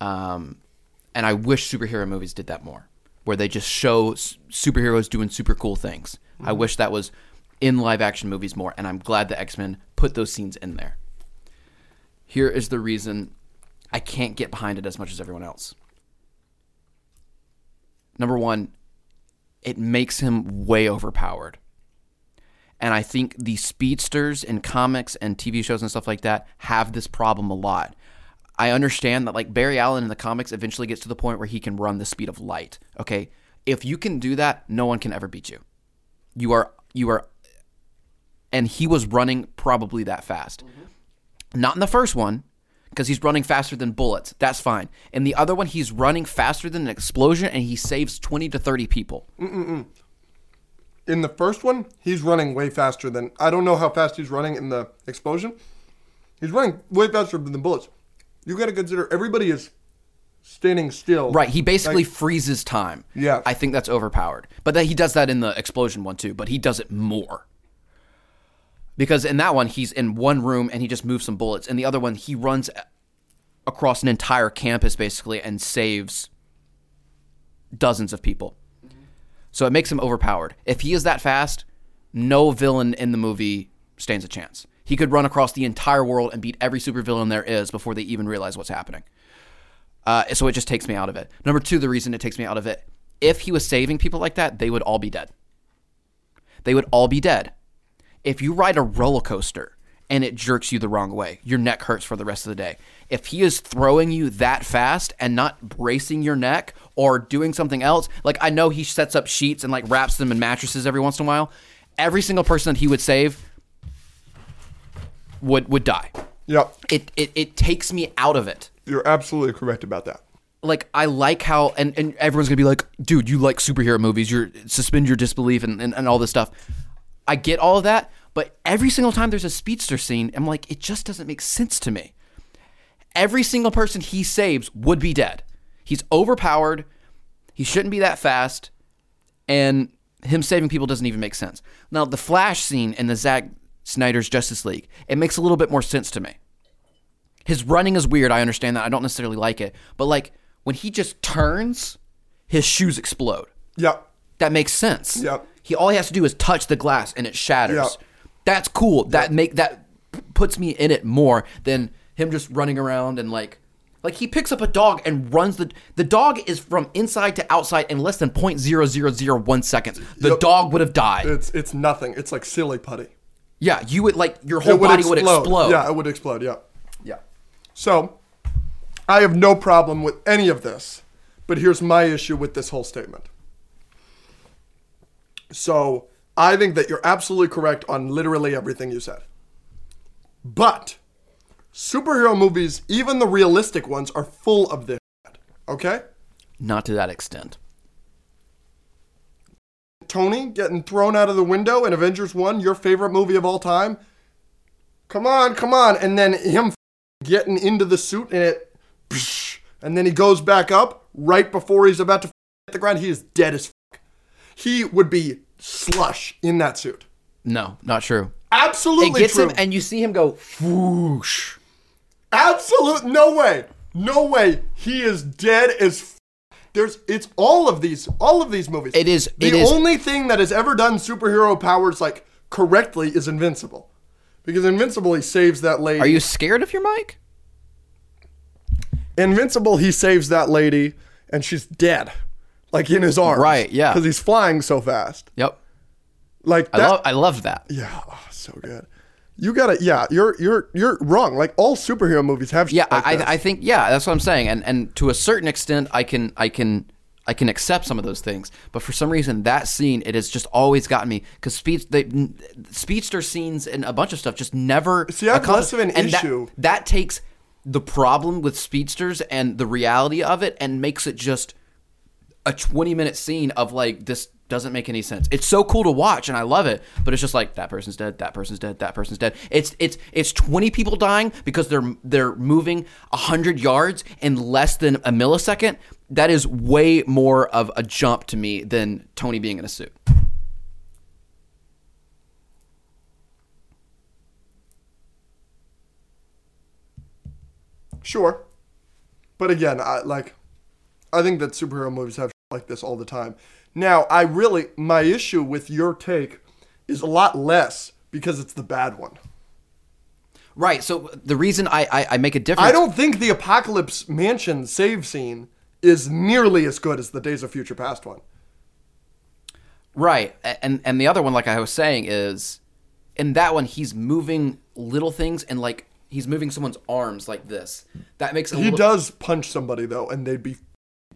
Speaker 1: Um, and I wish superhero movies did that more, where they just show s- superheroes doing super cool things. I wish that was in live action movies more, and I'm glad the X Men put those scenes in there. Here is the reason I can't get behind it as much as everyone else. Number one, it makes him way overpowered. And I think the speedsters in comics and TV shows and stuff like that have this problem a lot. I understand that like Barry Allen in the comics eventually gets to the point where he can run the speed of light. Okay? If you can do that, no one can ever beat you. You are you are and he was running probably that fast. Not in the first one, because he's running faster than bullets. That's fine. In the other one, he's running faster than an explosion and he saves 20 to 30 people.
Speaker 2: In the first one, he's running way faster than. I don't know how fast he's running in the explosion. He's running way faster than the bullets. You got to consider everybody is standing still.
Speaker 1: Right. He basically freezes time.
Speaker 2: Yeah.
Speaker 1: I think that's overpowered. But that he does that in the explosion one too, but he does it more. Because in that one, he's in one room and he just moves some bullets. In the other one, he runs a- across an entire campus basically and saves dozens of people. So it makes him overpowered. If he is that fast, no villain in the movie stands a chance. He could run across the entire world and beat every supervillain there is before they even realize what's happening. Uh, so it just takes me out of it. Number two, the reason it takes me out of it, if he was saving people like that, they would all be dead. They would all be dead. If you ride a roller coaster and it jerks you the wrong way, your neck hurts for the rest of the day. If he is throwing you that fast and not bracing your neck or doing something else, like I know he sets up sheets and like wraps them in mattresses every once in a while, every single person that he would save would would die.
Speaker 2: Yep.
Speaker 1: It it, it takes me out of it
Speaker 2: You're absolutely correct about that.
Speaker 1: like I like how and, and everyone's gonna be like, dude, you like superhero movies, you're suspend your disbelief and, and, and all this stuff. I get all of that, but every single time there's a speedster scene, I'm like, it just doesn't make sense to me. Every single person he saves would be dead. He's overpowered, he shouldn't be that fast, and him saving people doesn't even make sense. Now the flash scene in the Zack Snyder's Justice League, it makes a little bit more sense to me. His running is weird. I understand that. I don't necessarily like it. But like when he just turns, his shoes explode.
Speaker 2: Yep.
Speaker 1: That makes sense.
Speaker 2: Yep.
Speaker 1: He all he has to do is touch the glass and it shatters.
Speaker 2: Yep.
Speaker 1: That's cool. That make that p- puts me in it more than him just running around and like like he picks up a dog and runs the the dog is from inside to outside in less than 0.0001 seconds. The
Speaker 2: Yep.
Speaker 1: dog would have died.
Speaker 2: It's it's nothing. It's like silly putty.
Speaker 1: yeah, you would like your whole body would explode.
Speaker 2: Yeah, it would explode. Yeah.
Speaker 1: yeah.
Speaker 2: So, I have no problem with any of this, but here's my issue with this whole statement. So, I think that you're absolutely correct on literally everything you said. But superhero movies, even the realistic ones, are full of this. shit, Okay?
Speaker 1: Not to that extent.
Speaker 2: Tony getting thrown out of the window in Avengers 1, your favorite movie of all time. Come on, come on. And then him f- getting into the suit and it. psh, And then he goes back up right before he's about to f- hit the ground. He is dead as fuck. He would be slush in that suit.
Speaker 1: No, not true.
Speaker 2: Absolutely
Speaker 1: it gets
Speaker 2: true.
Speaker 1: him, and you see him go whoosh.
Speaker 2: Absolute no way. No way. He is dead as f- there's it's all of these all of these movies.
Speaker 1: It is-
Speaker 2: the
Speaker 1: it is-
Speaker 2: only thing that has ever done superhero powers like correctly is Invincible. Because Invincible he saves that lady.
Speaker 1: Are you scared of your mic?
Speaker 2: Invincible he saves that lady and she's dead. Like in his arms.
Speaker 1: Right, yeah.
Speaker 2: Because he's flying so fast.
Speaker 1: Yep.
Speaker 2: Like
Speaker 1: I
Speaker 2: that-
Speaker 1: love I loved that.
Speaker 2: Yeah, oh, so good. You gotta yeah, you're you're you're wrong. Like all superhero movies have shit
Speaker 1: Yeah,
Speaker 2: like
Speaker 1: I,
Speaker 2: this.
Speaker 1: I I think yeah, that's what I'm saying. And and to a certain extent I can I can I can accept some of those things, but for some reason that scene it has just always gotten me because speech they n- speedster scenes and a bunch of stuff just never.
Speaker 2: See, I have
Speaker 1: accomplish-
Speaker 2: less of an
Speaker 1: and that-
Speaker 2: issue.
Speaker 1: That, takes the problem with speedsters and the reality of it and makes it just a twenty minute scene of like this doesn't make any sense. It's so cool to watch and I love it, but it's just like that person's dead, that person's dead, that person's dead. It's it's it's twenty people dying because they're they're moving hundred yards in less than a millisecond. That is way more of a jump to me than Tony being in a suit.
Speaker 2: Sure. But again, I like I think that superhero movies have like this all the time. Now, I really my issue with your take is a lot less because it's the bad one.
Speaker 1: Right. So the reason I I, I make a difference.
Speaker 2: I don't think the Apocalypse Mansion save scene is nearly as good as the Days of Future Past one.
Speaker 1: Right. A- And and the other one, like I was saying, is in that one he's moving little things and like he's moving someone's arms like this. That makes a
Speaker 2: He
Speaker 1: little
Speaker 2: does punch somebody though and they'd be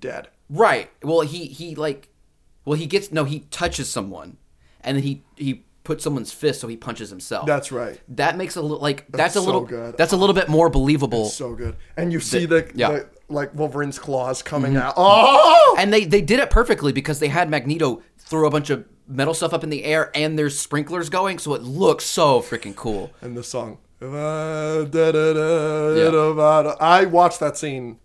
Speaker 2: dead.
Speaker 1: Right. Well he he like well he gets no, he touches someone and then he he puts someone's fist so he punches himself.
Speaker 2: That's right.
Speaker 1: that makes a little like that's, a
Speaker 2: so
Speaker 1: little
Speaker 2: good.
Speaker 1: that's a little bit more believable.
Speaker 2: So good. And you see the,
Speaker 1: yeah.
Speaker 2: the like Wolverine's claws coming out. Oh!
Speaker 1: And they they did it perfectly because they had Magneto throw a bunch of metal stuff up in the air and there's sprinklers going so it looks so freaking cool.
Speaker 2: and the song. I watched that scene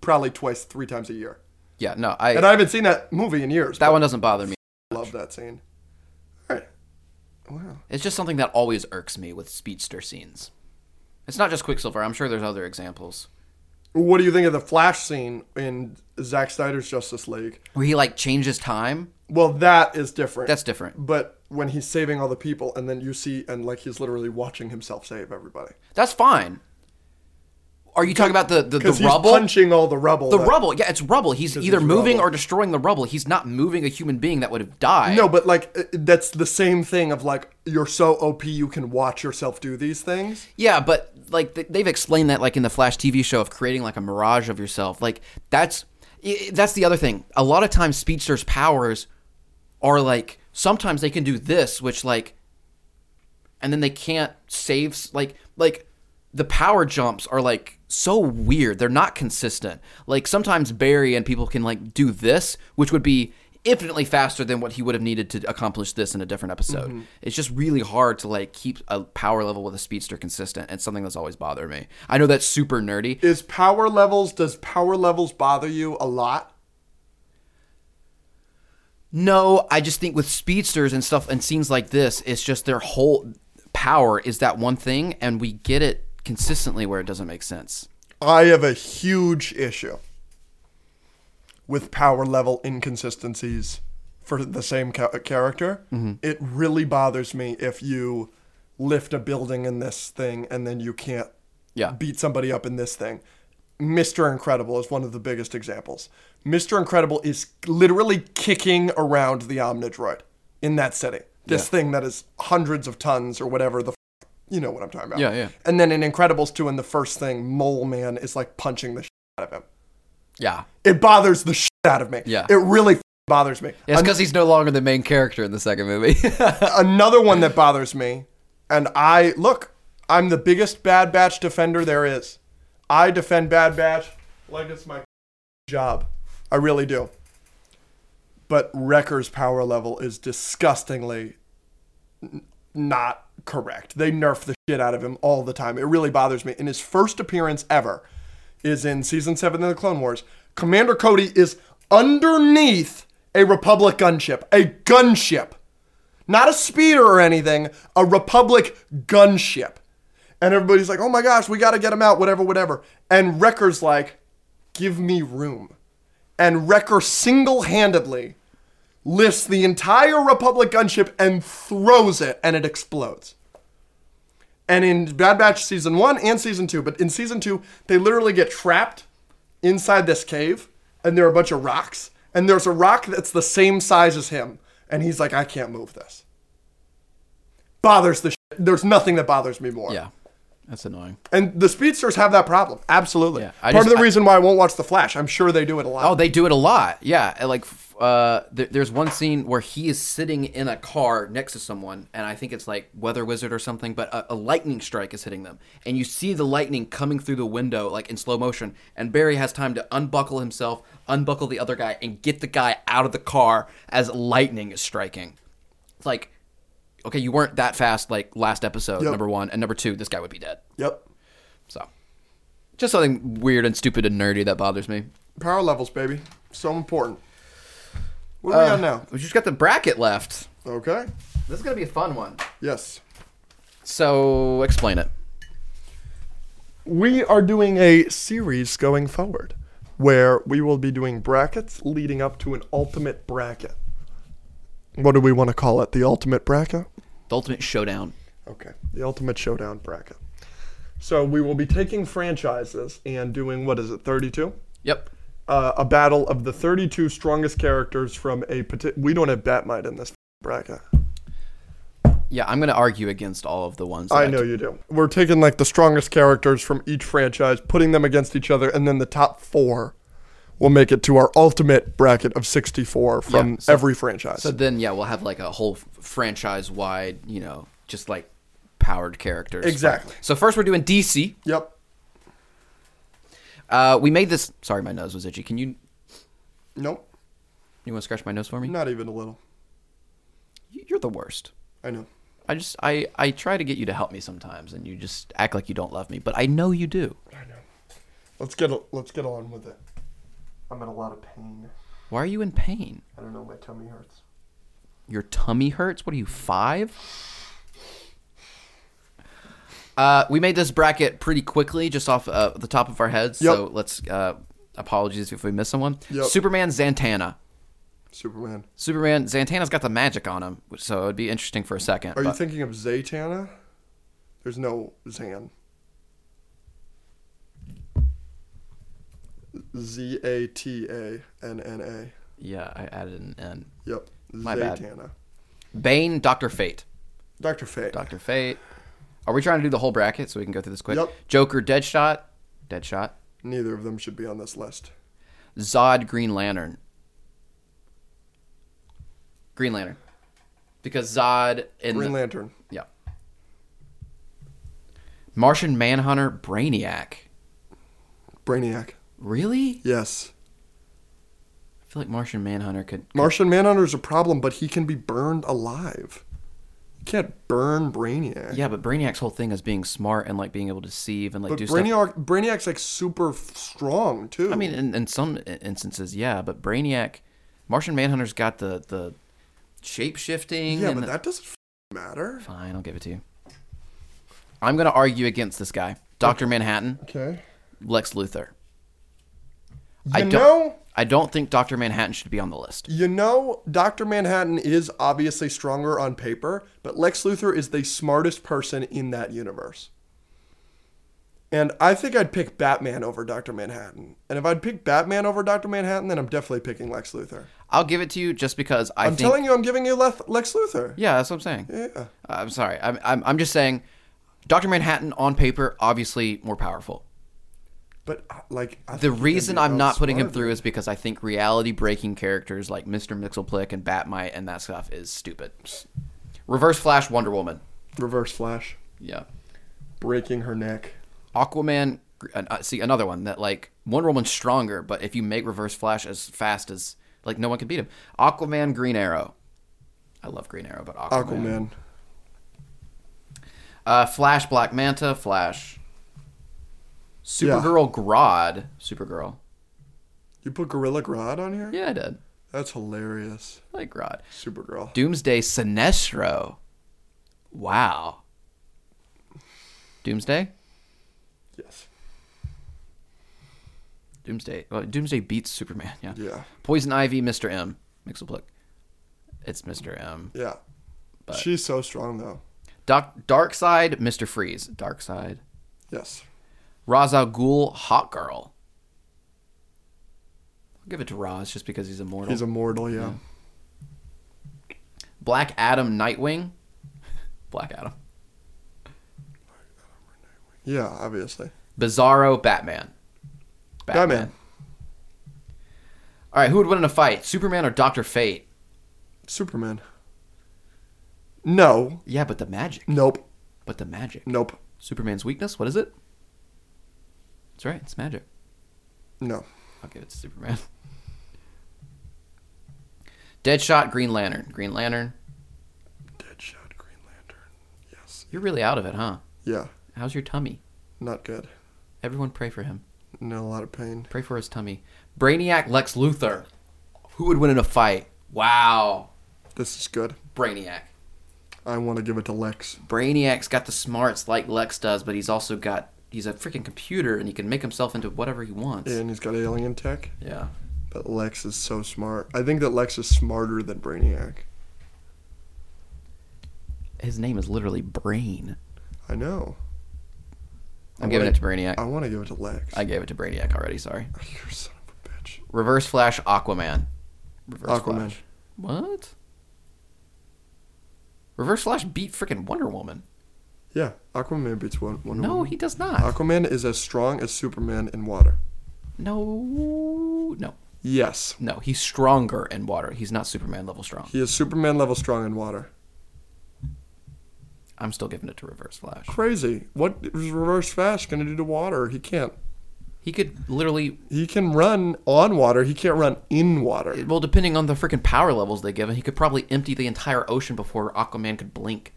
Speaker 2: probably twice, three times a year,
Speaker 1: Yeah, no, I
Speaker 2: and I haven't seen that movie in years.
Speaker 1: that one doesn't bother me.
Speaker 2: I love that scene. All right, wow.
Speaker 1: It's just something that always irks me with speedster scenes. It's not just Quicksilver. I'm sure there's other examples
Speaker 2: What do you think of the Flash scene in Zack Snyder's Justice League?
Speaker 1: where he like changes time.
Speaker 2: Well, that is different.
Speaker 1: That's different.
Speaker 2: But when he's saving all the people, and then you see, and like he's literally watching himself save everybody
Speaker 1: That's fine. Are you talking about the the, the
Speaker 2: because he's
Speaker 1: rubble?
Speaker 2: punching all the rubble.
Speaker 1: the
Speaker 2: that-
Speaker 1: rubble. Yeah, it's rubble. He's either
Speaker 2: he's
Speaker 1: moving
Speaker 2: rubble.
Speaker 1: or destroying the rubble. He's not moving a human being that would have died.
Speaker 2: No, but like uh, that's the same thing of like you're so OP you can watch yourself do these things.
Speaker 1: Yeah, but like th- they've explained that like in the Flash TV show of creating like a mirage of yourself. Like that's i- that's the other thing. A lot of times speedsters' powers are like sometimes they can do this, which like, and then they can't save s- like like the power jumps are like so weird. They're not consistent. Like sometimes Barry and people can like do this, which would be infinitely faster than what he would have needed to accomplish this in a different episode. It's just really hard to like keep a power level with a speedster consistent. It's something that's always bothered me. I know that's super nerdy.
Speaker 2: Is power levels does power levels bother you a lot?
Speaker 1: No, I just think with speedsters and stuff and scenes like this, it's just their whole power is that one thing, and we get it consistently where it doesn't make sense.
Speaker 2: I have a huge issue with power level inconsistencies for the same ca- character. It really bothers me if you lift a building in this thing and then you can't
Speaker 1: Yeah.
Speaker 2: beat somebody up in this thing. Mr. Incredible is one of the biggest examples. Mr. Incredible is literally kicking around the Omnidroid in that city. This thing that is hundreds of tons or whatever the f- you know what I'm talking about.
Speaker 1: Yeah, yeah.
Speaker 2: And then in Incredibles 2 and the first thing, Mole Man is like punching the shit out of him.
Speaker 1: Yeah.
Speaker 2: It bothers the shit out of me.
Speaker 1: Yeah.
Speaker 2: It really f- bothers me.
Speaker 1: It's because he's no longer the main character in the second movie.
Speaker 2: another one that bothers me, and I look, I'm the biggest Bad Batch defender there is. I defend Bad Batch like it's my job. I really do. But Wrecker's power level is disgustingly n- not correct. They nerf the shit out of him all the time. It really bothers me. In his first appearance ever is in season 7 of the Clone Wars. Commander Cody is underneath a Republic gunship, a gunship not a speeder or anything, a Republic gunship. And everybody's like, oh my gosh, we got to get him out, whatever, whatever. And Wrecker's like, give me room. And Wrecker single handedly lifts the entire Republic gunship and throws it, and it explodes. And in Bad Batch season one and season two, but in season two, they literally get trapped inside this cave, and there are a bunch of rocks, and there's a rock that's the same size as him, and he's like, I can't move this. Bothers the shit. There's nothing that bothers me more.
Speaker 1: yeah. That's annoying.
Speaker 2: And the speedsters have that problem. Absolutely.
Speaker 1: Yeah, I
Speaker 2: Part
Speaker 1: just-
Speaker 2: of the
Speaker 1: I-
Speaker 2: reason why I won't watch The Flash, I'm sure they do it a lot.
Speaker 1: Oh, they do it a lot. Yeah, and, like f- uh, there, there's one scene where he is sitting in a car next to someone, and I think it's like Weather Wizard or something, but a, a lightning strike is hitting them, and you see the lightning coming through the window like in slow motion, and Barry has time to unbuckle himself, unbuckle the other guy, and get the guy out of the car as lightning is striking. It's like, okay, you weren't that fast like last episode,
Speaker 2: Yep.
Speaker 1: number one, and number two, this guy would be dead.
Speaker 2: Yep.
Speaker 1: So, just something weird and stupid and nerdy that bothers me.
Speaker 2: Power levels, baby. So important. What are we on now?
Speaker 1: We just got the bracket left.
Speaker 2: Okay.
Speaker 1: This is gonna be a fun one.
Speaker 2: Yes.
Speaker 1: So explain it.
Speaker 2: We are doing a series going forward where we will be doing brackets leading up to an ultimate bracket. What do we want to call it? The ultimate bracket?
Speaker 1: The ultimate showdown.
Speaker 2: Okay. The ultimate showdown bracket. So we will be taking franchises and doing what is it, 32?
Speaker 1: Yep.
Speaker 2: Uh, a battle of the 32 strongest characters from a particular. We don't have Batmite in this bracket.
Speaker 1: Yeah, I'm gonna argue against all of the ones. That
Speaker 2: I know you do. We're taking like the strongest characters from each franchise, putting them against each other, and then the top four will make it to our ultimate bracket of 64 from
Speaker 1: Yeah, so-
Speaker 2: every franchise.
Speaker 1: So then, yeah, we'll have like a whole franchise wide, you know, just like powered characters.
Speaker 2: Exactly.
Speaker 1: So first, we're doing DC.
Speaker 2: yep.
Speaker 1: Uh, we made this. Sorry, my nose was itchy. Can you
Speaker 2: Nope.
Speaker 1: you want to scratch my nose for me?
Speaker 2: Not even a little.
Speaker 1: You- You're the worst.
Speaker 2: I know.
Speaker 1: I just I I try to get you to help me sometimes, and you just act like you don't love me, but I know you do.
Speaker 2: I know. Let's get a, let's get on with it. I'm in a lot of pain.
Speaker 1: Why are you in pain?
Speaker 2: I don't know. My tummy hurts.
Speaker 1: Your tummy hurts? What are you, five? Uh, we made this bracket pretty quickly, just off uh, the top of our heads. So
Speaker 2: Yep.
Speaker 1: let's uh, apologies if we miss someone.
Speaker 2: Yep.
Speaker 1: Superman Zantana.
Speaker 2: Superman.
Speaker 1: Superman Zantana's got the magic on him, which- so it'd be interesting for a second.
Speaker 2: Are you
Speaker 1: but-
Speaker 2: thinking of Zaytana? There's no Zan. Z A T A N N A.
Speaker 1: yeah, I added an N.
Speaker 2: Yep.
Speaker 1: My bad.
Speaker 2: Zaytana.
Speaker 1: Bane, Doctor Fate,
Speaker 2: Dr. Fate.
Speaker 1: Doctor Fate. Are we trying to do the whole bracket so we can go through this quick?
Speaker 2: Yep.
Speaker 1: Joker, Deadshot, Deadshot,
Speaker 2: Neither of them should be on this list.
Speaker 1: Zod Green Lantern. Green Lantern. Because Zod in
Speaker 2: Green
Speaker 1: the,
Speaker 2: Lantern.
Speaker 1: Yeah. Martian Manhunter Brainiac.
Speaker 2: Brainiac.
Speaker 1: Really?
Speaker 2: Yes.
Speaker 1: I feel like Martian Manhunter could
Speaker 2: Martian Manhunter's a problem, but he can be burned alive. You can't burn Brainiac.
Speaker 1: Yeah, but Brainiac's whole thing is being smart and like being able to deceive and like
Speaker 2: But
Speaker 1: do stuff.
Speaker 2: Brainiac, Brainiac's like super f- strong too.
Speaker 1: I mean in, in some i- instances, yeah, but Brainiac Martian Manhunter's got the the shape shifting
Speaker 2: yeah,
Speaker 1: and
Speaker 2: but
Speaker 1: the-
Speaker 2: that doesn't f- matter.
Speaker 1: fine, I'll give it to you. I'm gonna argue against this guy. Doctor Manhattan,
Speaker 2: Okay.
Speaker 1: Lex Luthor.
Speaker 2: You
Speaker 1: I don't-
Speaker 2: know,
Speaker 1: I don't think Doctor Manhattan should be on the list.
Speaker 2: you know, Doctor Manhattan is obviously stronger on paper, but Lex Luthor is the smartest person in that universe. And I think I'd pick Batman over Doctor Manhattan. And if I'd pick Batman over Doctor Manhattan, then I'm definitely picking Lex Luthor.
Speaker 1: I'll give it to you just because I
Speaker 2: I'm
Speaker 1: think.
Speaker 2: telling you, I'm giving you Lef- Lex Luthor.
Speaker 1: yeah, that's what I'm saying.
Speaker 2: Yeah.
Speaker 1: I'm sorry. I'm, I'm I'm just saying, Doctor Manhattan on paper obviously more powerful.
Speaker 2: But uh, like I
Speaker 1: The
Speaker 2: think he'd
Speaker 1: reason
Speaker 2: be
Speaker 1: I'm not putting him
Speaker 2: outsmarted.
Speaker 1: through is because I think reality breaking characters like Mr. Mixelplick and Batmite and that stuff is stupid. Reverse Flash, Wonder Woman.
Speaker 2: Reverse Flash
Speaker 1: Yeah.
Speaker 2: breaking her neck.
Speaker 1: Aquaman. Uh, see another one that like Wonder Woman's stronger, but if you make Reverse Flash as fast as like no one can beat him. Aquaman, Green Arrow. I love Green Arrow, but Aquaman.
Speaker 2: Aquaman.
Speaker 1: Uh, Flash, Black Manta, Flash.
Speaker 2: Yeah.
Speaker 1: Supergirl, Grodd, Supergirl.
Speaker 2: You put Gorilla Grodd on here?
Speaker 1: Yeah, I did.
Speaker 2: That's hilarious.
Speaker 1: I like Grodd.
Speaker 2: Supergirl.
Speaker 1: Doomsday, Sinestro. Wow. Doomsday.
Speaker 2: Yes.
Speaker 1: Doomsday. Well, Doomsday beats Superman. Yeah.
Speaker 2: Yeah.
Speaker 1: Poison Ivy, Mister M, Mixelplick. It's Mister M.
Speaker 2: Yeah.
Speaker 1: But-
Speaker 2: She's so strong though.
Speaker 1: Doc, Dark Side, Mister Freeze. Dark Side.
Speaker 2: Yes.
Speaker 1: Ra's al Ghul, Hot Girl. I'll give it to Raz just because he's immortal.
Speaker 2: He's immortal, yeah.
Speaker 1: Black Adam, Nightwing. Black Adam.
Speaker 2: Yeah, obviously.
Speaker 1: Bizarro, Batman.
Speaker 2: Batman.
Speaker 1: All right, who would win in a fight, Superman or Doctor Fate?
Speaker 2: Superman. No.
Speaker 1: Yeah, but the magic.
Speaker 2: Nope.
Speaker 1: But the magic.
Speaker 2: Nope.
Speaker 1: Superman's weakness. What is it? That's right. It's magic.
Speaker 2: No.
Speaker 1: I'll give it to Superman. Deadshot, Green Lantern. Green Lantern.
Speaker 2: Deadshot, Green Lantern. Yes.
Speaker 1: You're really out of it, huh?
Speaker 2: Yeah.
Speaker 1: How's your tummy?
Speaker 2: Not good.
Speaker 1: Everyone pray for him.
Speaker 2: No, a lot of pain.
Speaker 1: Pray for his tummy. Brainiac, Lex Luthor. Who would win in a fight? Wow.
Speaker 2: This is good.
Speaker 1: Brainiac.
Speaker 2: I want to give it to Lex.
Speaker 1: Brainiac's got the smarts like Lex does, but he's also got he's a freaking computer and he can make himself into whatever he wants.
Speaker 2: And he's got alien tech.
Speaker 1: Yeah.
Speaker 2: But Lex is so smart. I think that Lex is smarter than Brainiac.
Speaker 1: His name is literally Brain.
Speaker 2: I know. Oh,
Speaker 1: I'm giving it to Brainiac.
Speaker 2: I want to give it to Lex. Oh,
Speaker 1: I gave it to Brainiac already, sorry.
Speaker 2: You're son of a bitch.
Speaker 1: Reverse Flash Aquaman. Reverse
Speaker 2: Aquaman.
Speaker 1: Flash. What? Reverse Flash beat freaking Wonder Woman.
Speaker 2: Yeah, Aquaman beats one. Wonder
Speaker 1: No,
Speaker 2: Woman.
Speaker 1: he does not.
Speaker 2: Aquaman is as strong as Superman in water.
Speaker 1: No. No.
Speaker 2: Yes,
Speaker 1: No, he's stronger in water. He's not Superman level strong.
Speaker 2: he is Superman level strong in water.
Speaker 1: I'm still giving it to Reverse Flash.
Speaker 2: Crazy. What is Reverse Flash gonna do to water? He can't.
Speaker 1: He could literally
Speaker 2: He can run on water. He can't run in water.
Speaker 1: Well, depending on the freaking power levels they give him, he could probably empty the entire ocean before Aquaman could blink.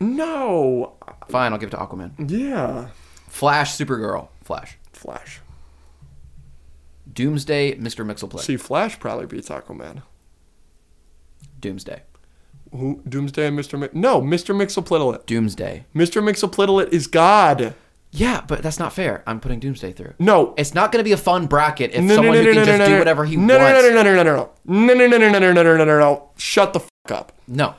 Speaker 2: No.
Speaker 1: Fine, I'll give it to Aquaman.
Speaker 2: Yeah.
Speaker 1: Flash, Supergirl, Flash.
Speaker 2: Flash.
Speaker 1: Doomsday, Mr. Mixelplay.
Speaker 2: See, Flash probably beats Aquaman.
Speaker 1: Doomsday.
Speaker 2: Who? Doomsday and Mr. Mi- no, Mr. Mixoplidilet.
Speaker 1: Doomsday.
Speaker 2: Mr. Mixoplidilet is God.
Speaker 1: Yeah, but that's not fair. I'm putting Doomsday through.
Speaker 2: No.
Speaker 1: It's not going to be a fun bracket if
Speaker 2: No, no,
Speaker 1: someone
Speaker 2: no,
Speaker 1: who
Speaker 2: no,
Speaker 1: can
Speaker 2: no,
Speaker 1: just
Speaker 2: no,
Speaker 1: do
Speaker 2: no.
Speaker 1: whatever he wants.
Speaker 2: no, No, no, no, no, no, no, no, no, no, no, no, no, no, no, no, no, no. Shut the fuck up.
Speaker 1: No.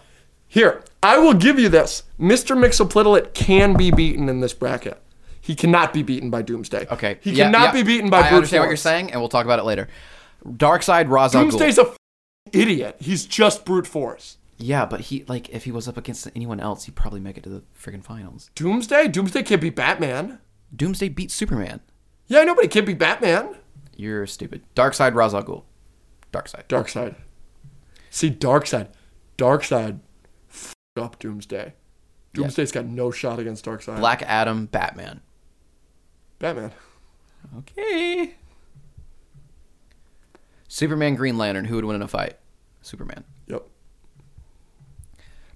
Speaker 2: Here, I will give you this. Mr. Mixoplidilet can be beaten in this bracket. He cannot be beaten by Doomsday.
Speaker 1: Okay.
Speaker 2: He
Speaker 1: Yeah,
Speaker 2: cannot
Speaker 1: yeah.
Speaker 2: be beaten by
Speaker 1: I
Speaker 2: brute
Speaker 1: understand what you're
Speaker 2: force.
Speaker 1: saying, and we'll talk about it later. Darkseid, Ra's al Ghul.
Speaker 2: Doomsday's a f- idiot. He's just brute force.
Speaker 1: Yeah, but he like if he was up against anyone else, he'd probably make it to the freaking finals.
Speaker 2: Doomsday? Doomsday can't be Batman.
Speaker 1: Doomsday beat Superman.
Speaker 2: Yeah, I know, but he can't be Batman.
Speaker 1: You're stupid. Darkseid, Ra's al Ghul. Darkseid.
Speaker 2: Darkseid. See, Darkseid. Darkseid. F- up Doomsday. Doomsday's got no shot against Darkseid.
Speaker 1: Black Adam, Batman.
Speaker 2: Batman.
Speaker 1: Okay. Superman, Green Lantern. Who would win in a fight? Superman.
Speaker 2: Yep.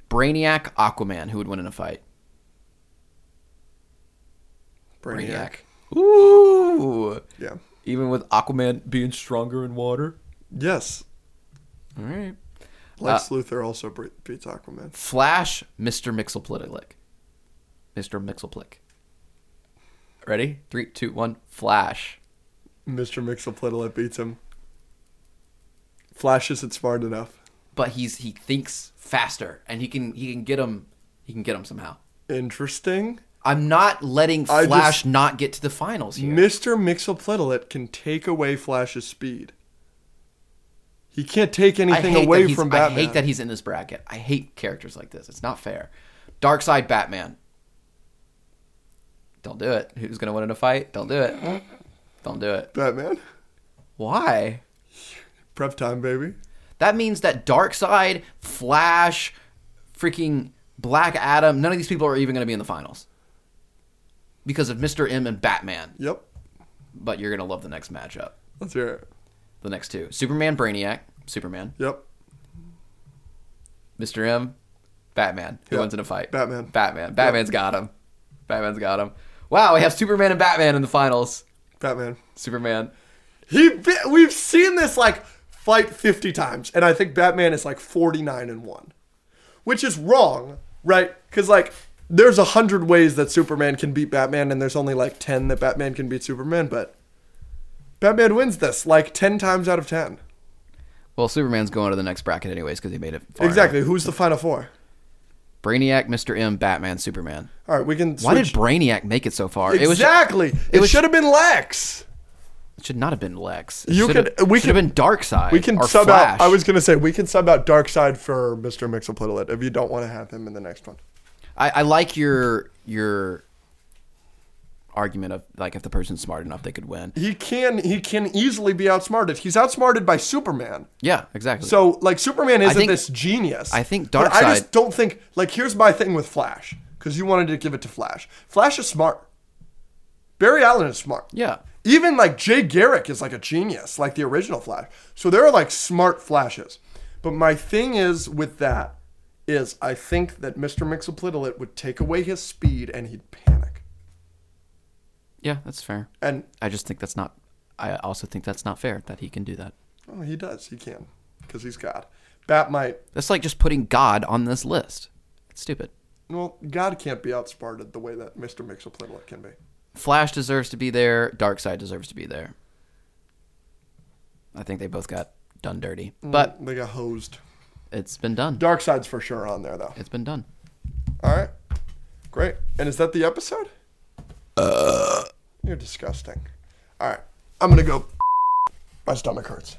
Speaker 1: Brainiac, Aquaman. Who would win in a fight?
Speaker 2: Brainiac.
Speaker 1: Ooh.
Speaker 2: Yeah.
Speaker 1: Even with Aquaman being stronger in water.
Speaker 2: Yes.
Speaker 1: All right.
Speaker 2: Lex
Speaker 1: Uh,
Speaker 2: Luthor also bre- beats Aquaman.
Speaker 1: Flash, Mr. Mixelplitlick. Mr. Mixelplick. Ready? Three, two, one. Flash.
Speaker 2: Mr. Mixoplidilet beats him. Flash isn't smart enough,
Speaker 1: But he's he thinks faster, and he can he can get him he can get him somehow.
Speaker 2: interesting.
Speaker 1: I'm not letting
Speaker 2: I
Speaker 1: Flash
Speaker 2: just-
Speaker 1: not get to the finals here.
Speaker 2: Mr. Mixoplidilet can take away Flash's speed. He can't take anything
Speaker 1: I hate that
Speaker 2: away
Speaker 1: he's-
Speaker 2: from Batman.
Speaker 1: I hate that he's in this bracket. I hate characters like this. It's not fair. Dark Side Batman. Don't do it. Who's gonna win in a fight? Don't do it. Don't do it.
Speaker 2: Batman.
Speaker 1: Why?
Speaker 2: Prep time, baby.
Speaker 1: That means that Dark Side, Flash, freaking Black Adam, none of these people are even gonna be in the finals. Because of Mr. M and Batman.
Speaker 2: Yep.
Speaker 1: But you're gonna love the next matchup.
Speaker 2: Let's hear it.
Speaker 1: The next two. Superman Brainiac. Superman.
Speaker 2: Yep.
Speaker 1: Mr. M, Batman. Who
Speaker 2: Yeah.
Speaker 1: wins in a fight?
Speaker 2: Batman.
Speaker 1: Batman. Batman's got him. Batman's got him. Wow, we have Superman and Batman in the finals.
Speaker 2: Batman.
Speaker 1: Superman.
Speaker 2: He. Be- we've seen this like fight 50 times, and I think Batman is like 49 and one, which is wrong, right? Because like there's a hundred ways that Superman can beat Batman, and there's only like 10 that Batman can beat Superman, but Batman wins this like 10 times out of 10.
Speaker 1: Well, Superman's going to the next bracket anyways because he made it far.
Speaker 2: exactly. Who's the final four?
Speaker 1: Brainiac, Mr. M, Batman, Superman.
Speaker 2: All right, we can. Switch.
Speaker 1: Why did Brainiac make it so far? It was
Speaker 2: exactly? It,
Speaker 1: was-
Speaker 2: should have been Lex.
Speaker 1: it should not have been Lex. It
Speaker 2: You
Speaker 1: should
Speaker 2: could-
Speaker 1: have,
Speaker 2: we
Speaker 1: should have
Speaker 2: can-
Speaker 1: been Darkseid.
Speaker 2: We can
Speaker 1: or
Speaker 2: sub
Speaker 1: Flash.
Speaker 2: out. I was gonna say we can sub out Darkseid for Mr. Mixoplidilet if you don't want to have him in the next one.
Speaker 1: I, I like your your argument of like if the person's smart enough, they could win.
Speaker 2: He can he can easily be outsmarted. He's outsmarted by Superman.
Speaker 1: Yeah, exactly.
Speaker 2: So like Superman isn't
Speaker 1: think-
Speaker 2: this genius.
Speaker 1: I think
Speaker 2: But I
Speaker 1: Darkseid-
Speaker 2: just don't think like here's my thing with Flash because you wanted to give it to Flash. Flash is smart. Barry Allen is smart.
Speaker 1: yeah,
Speaker 2: Even like Jay Garrick is like a genius, like the original Flash. So there are like smart flashes. But my thing is with that is I think that Mr. Mixoplidilit would take away his speed and he'd panic.
Speaker 1: yeah, that's fair.
Speaker 2: And
Speaker 1: I just think that's not. I also think that's not fair that he can do that.
Speaker 2: oh, he does, he can, because he's God. Bat might.
Speaker 1: That's like just putting God on this list. It's stupid.
Speaker 2: Well, God can't be outsmarted the way that Mr. Mixoplidilit can be.
Speaker 1: Flash deserves to be there. Darkseid deserves to be there. I think they both got done dirty,
Speaker 2: Mm.
Speaker 1: but
Speaker 2: They got hosed.
Speaker 1: it's been done.
Speaker 2: Darkseid's for sure on there though.
Speaker 1: It's been done.
Speaker 2: All right, great. And is that the episode? You're disgusting. All right, I'm gonna go. My stomach hurts.